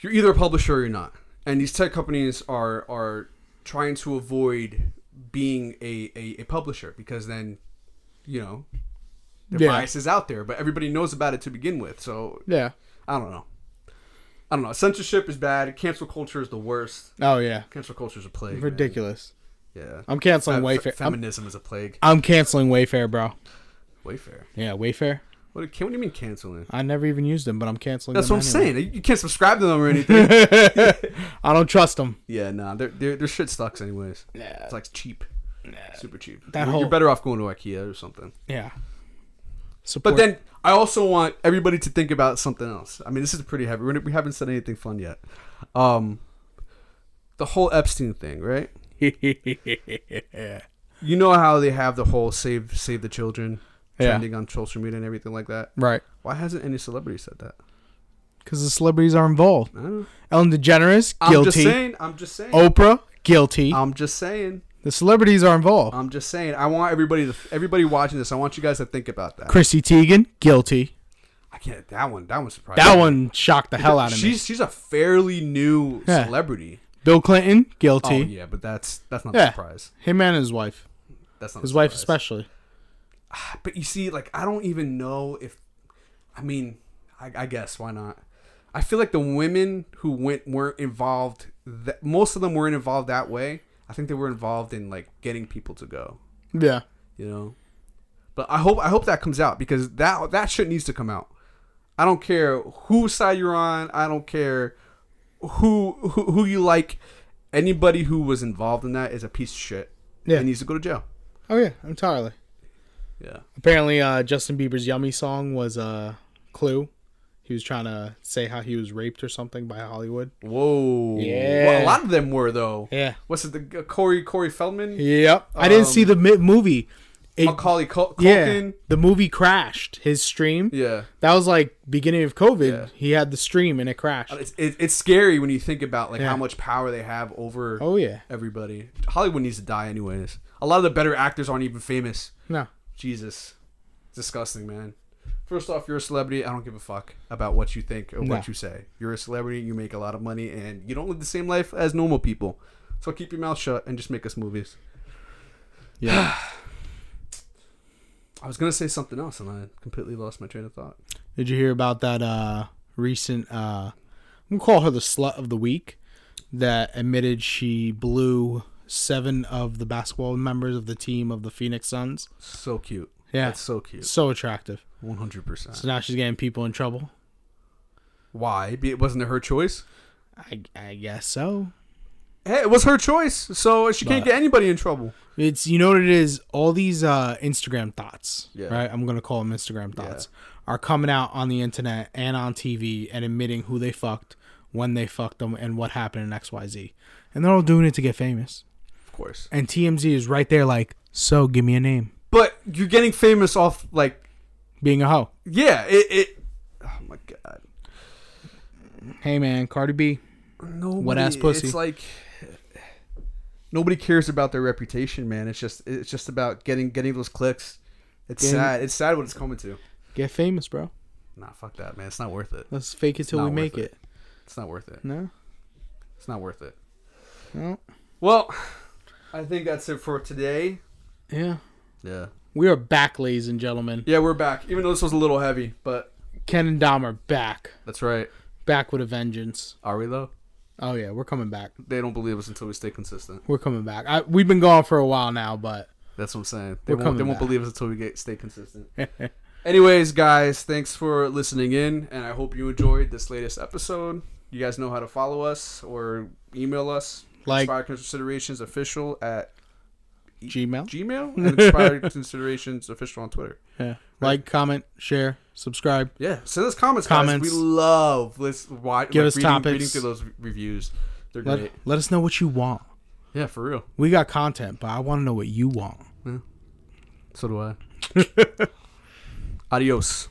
Speaker 1: you're either a publisher or you're not, and these tech companies are are trying to avoid being a a, a publisher because then you know their
Speaker 2: Yeah.
Speaker 1: bias is out there, but everybody knows about it to begin with. So
Speaker 2: Yeah.
Speaker 1: I don't know. I don't know. Censorship is bad. Cancel culture is the worst.
Speaker 2: Oh yeah.
Speaker 1: Cancel culture is a plague. man.
Speaker 2: Ridiculous.
Speaker 1: Yeah.
Speaker 2: I'm canceling
Speaker 1: Uh, fe-
Speaker 2: Wayfair. I'm,
Speaker 1: feminism is a plague.
Speaker 2: I'm canceling Wayfair, bro.
Speaker 1: Wayfair.
Speaker 2: Yeah, Wayfair.
Speaker 1: What, can, what do you mean canceling?
Speaker 2: I never even used them, but I'm canceling.
Speaker 1: That's
Speaker 2: them
Speaker 1: what I'm
Speaker 2: anyway.
Speaker 1: saying. You can't subscribe to them or anything.
Speaker 2: I don't trust them.
Speaker 1: yeah, nah, their their their shit sucks anyways.
Speaker 2: Yeah.
Speaker 1: It's like cheap, super cheap.
Speaker 2: That
Speaker 1: you're,
Speaker 2: whole-
Speaker 1: you're better off going to IKEA or something.
Speaker 2: Yeah.
Speaker 1: But
Speaker 2: Support.
Speaker 1: then I also want everybody to think about something else. I mean, this is pretty heavy. We're- We haven't said anything fun yet. Um, the whole Epstein thing,
Speaker 2: [LAUGHS]
Speaker 1: right? You know how they have the whole save save the children
Speaker 2: Yeah.
Speaker 1: trending on social media and everything like that.
Speaker 2: right.
Speaker 1: Why hasn't any celebrity said that?
Speaker 2: Because the celebrities are involved.
Speaker 1: I don't know.
Speaker 2: Ellen DeGeneres,
Speaker 1: I'm just
Speaker 2: guilty. Oh.
Speaker 1: saying. I'm just saying.
Speaker 2: Oprah, guilty.
Speaker 1: I'm just saying.
Speaker 2: the celebrities are involved.
Speaker 1: I'm just saying. I want everybody to everybody watching this. I want you guys to think about that.
Speaker 2: Chrissy Teigen, guilty.
Speaker 1: I can't. That one. That one surprised.
Speaker 2: That
Speaker 1: me.
Speaker 2: one shocked the hell out of me.
Speaker 1: She's she's a fairly new
Speaker 2: Yeah.
Speaker 1: celebrity.
Speaker 2: Bill Clinton,
Speaker 1: Oh
Speaker 2: guilty.
Speaker 1: yeah, but that's that's not
Speaker 2: Yeah.
Speaker 1: a surprise.
Speaker 2: Him and his wife.
Speaker 1: That's not
Speaker 2: His
Speaker 1: a
Speaker 2: wife
Speaker 1: surprise.
Speaker 2: especially.
Speaker 1: But you see, like I don't even know if. I mean, I, I guess why not? I feel like the women who went weren't involved. That most of them weren't involved that way. I think they were involved in like getting people to go.
Speaker 2: Yeah.
Speaker 1: you know. But I hope I hope that comes out because that that shit needs to come out. I don't care whose side you're on. I don't care who who, who you like. Anybody who was involved in that is a piece of shit.
Speaker 2: Yeah.
Speaker 1: and needs to go to jail.
Speaker 2: Oh yeah, entirely.
Speaker 1: Yeah,
Speaker 2: Apparently, uh, Justin Bieber's "Yummy" song was a uh, clue. He was trying to say how he was raped or something by Hollywood.
Speaker 1: Whoa.
Speaker 2: Yeah.
Speaker 1: Well, a lot of them were though.
Speaker 2: Yeah.
Speaker 1: What's it? The uh, Corey Corey Feldman,
Speaker 2: Yep. I didn't
Speaker 1: Um,
Speaker 2: see the mi- movie. It,
Speaker 1: Macaulay Cul-
Speaker 2: yeah,
Speaker 1: Culkin.
Speaker 2: the movie crashed. His stream.
Speaker 1: Yeah.
Speaker 2: That was like beginning of COVID.
Speaker 1: Yeah.
Speaker 2: He had the stream and it crashed.
Speaker 1: It's it, it's scary when you think about like
Speaker 2: Yeah.
Speaker 1: how much power they have over
Speaker 2: Oh yeah.
Speaker 1: everybody. Hollywood needs to die anyways. A lot of the better actors aren't even famous.
Speaker 2: No.
Speaker 1: Jesus. It's disgusting, man. First off, you're a celebrity. I don't give a fuck about what you think or
Speaker 2: No.
Speaker 1: what you say. You're a celebrity. You make a lot of money, and you don't live the same life as normal people. So keep your mouth shut and just make us movies.
Speaker 2: Yeah.
Speaker 1: [SIGHS] I was gonna say something else, and I completely lost my train of thought.
Speaker 2: Did you hear about that uh, recent? Uh, I'm gonna call her the slut of the week. That admitted she blew seven of the basketball members of the team of the Phoenix Suns.
Speaker 1: So cute.
Speaker 2: Yeah.
Speaker 1: That's so cute.
Speaker 2: So attractive.
Speaker 1: One hundred percent.
Speaker 2: So now she's getting people in trouble.
Speaker 1: Why? Be- Wasn't it her choice?
Speaker 2: I, I guess so.
Speaker 1: Hey, it was her choice, so she can't
Speaker 2: But-
Speaker 1: get anybody in trouble.
Speaker 2: It's you know what it is. All these uh, Instagram thoughts,
Speaker 1: Yeah.
Speaker 2: right? I'm gonna call them Instagram thoughts, are coming out on the internet and on TV and admitting who they fucked, when they fucked them, and what happened in X Y Z, and they're all doing it to get famous.
Speaker 1: Of course.
Speaker 2: And TMZ is right there, like, so give me a name,
Speaker 1: But you're getting famous off like
Speaker 2: being a hoe.
Speaker 1: yeah. It. it oh my god.
Speaker 2: Hey man, Cardi B.
Speaker 1: Nobody,
Speaker 2: Wet-ass pussy.
Speaker 1: It's like nobody cares about their reputation, man. It's just it's just about getting getting those clicks. It's
Speaker 2: Getting-
Speaker 1: sad. It's sad what it's coming to.
Speaker 2: Get famous, bro.
Speaker 1: Nah, fuck that, man. It's not worth it.
Speaker 2: Let's fake it till
Speaker 1: not
Speaker 2: we
Speaker 1: worth
Speaker 2: make it.
Speaker 1: it. It's not worth it.
Speaker 2: No,
Speaker 1: It's not worth it.
Speaker 2: no.
Speaker 1: Well, I think that's it for today.
Speaker 2: Yeah,
Speaker 1: Yeah.
Speaker 2: we are back, ladies and gentlemen.
Speaker 1: Yeah, we're back. Even though this was a little heavy, but
Speaker 2: Ken and Dom are back,
Speaker 1: that's right.
Speaker 2: back with a vengeance.
Speaker 1: Are we though?
Speaker 2: Oh yeah, we're coming back.
Speaker 1: They don't believe us until we stay consistent.
Speaker 2: We're coming back. I, we've been gone for a while now, but
Speaker 1: That's what I'm saying. They
Speaker 2: We're
Speaker 1: won't, they
Speaker 2: coming
Speaker 1: won't
Speaker 2: back.
Speaker 1: believe us until we get stay
Speaker 2: [LAUGHS]
Speaker 1: consistent. Anyways, guys, thanks for listening in, and I hope you enjoyed this latest episode. You guys know how to follow us or email us.
Speaker 2: Like-
Speaker 1: Inspire Considerations official at E-
Speaker 2: Gmail.
Speaker 1: Gmail and
Speaker 2: [LAUGHS]
Speaker 1: Inspired Considerations official on Twitter.
Speaker 2: yeah. Like, comment, share, subscribe.
Speaker 1: Yeah, send us comments.
Speaker 2: Comments.
Speaker 1: Guys. We love let's why,
Speaker 2: Give
Speaker 1: like,
Speaker 2: us
Speaker 1: reading,
Speaker 2: topics.
Speaker 1: reading through those re- reviews. They're
Speaker 2: Let,
Speaker 1: great.
Speaker 2: let us know what you want.
Speaker 1: Yeah, for
Speaker 2: [LAUGHS]
Speaker 1: real.
Speaker 2: We got content, but I want to know what you want.
Speaker 1: So do I. Adios.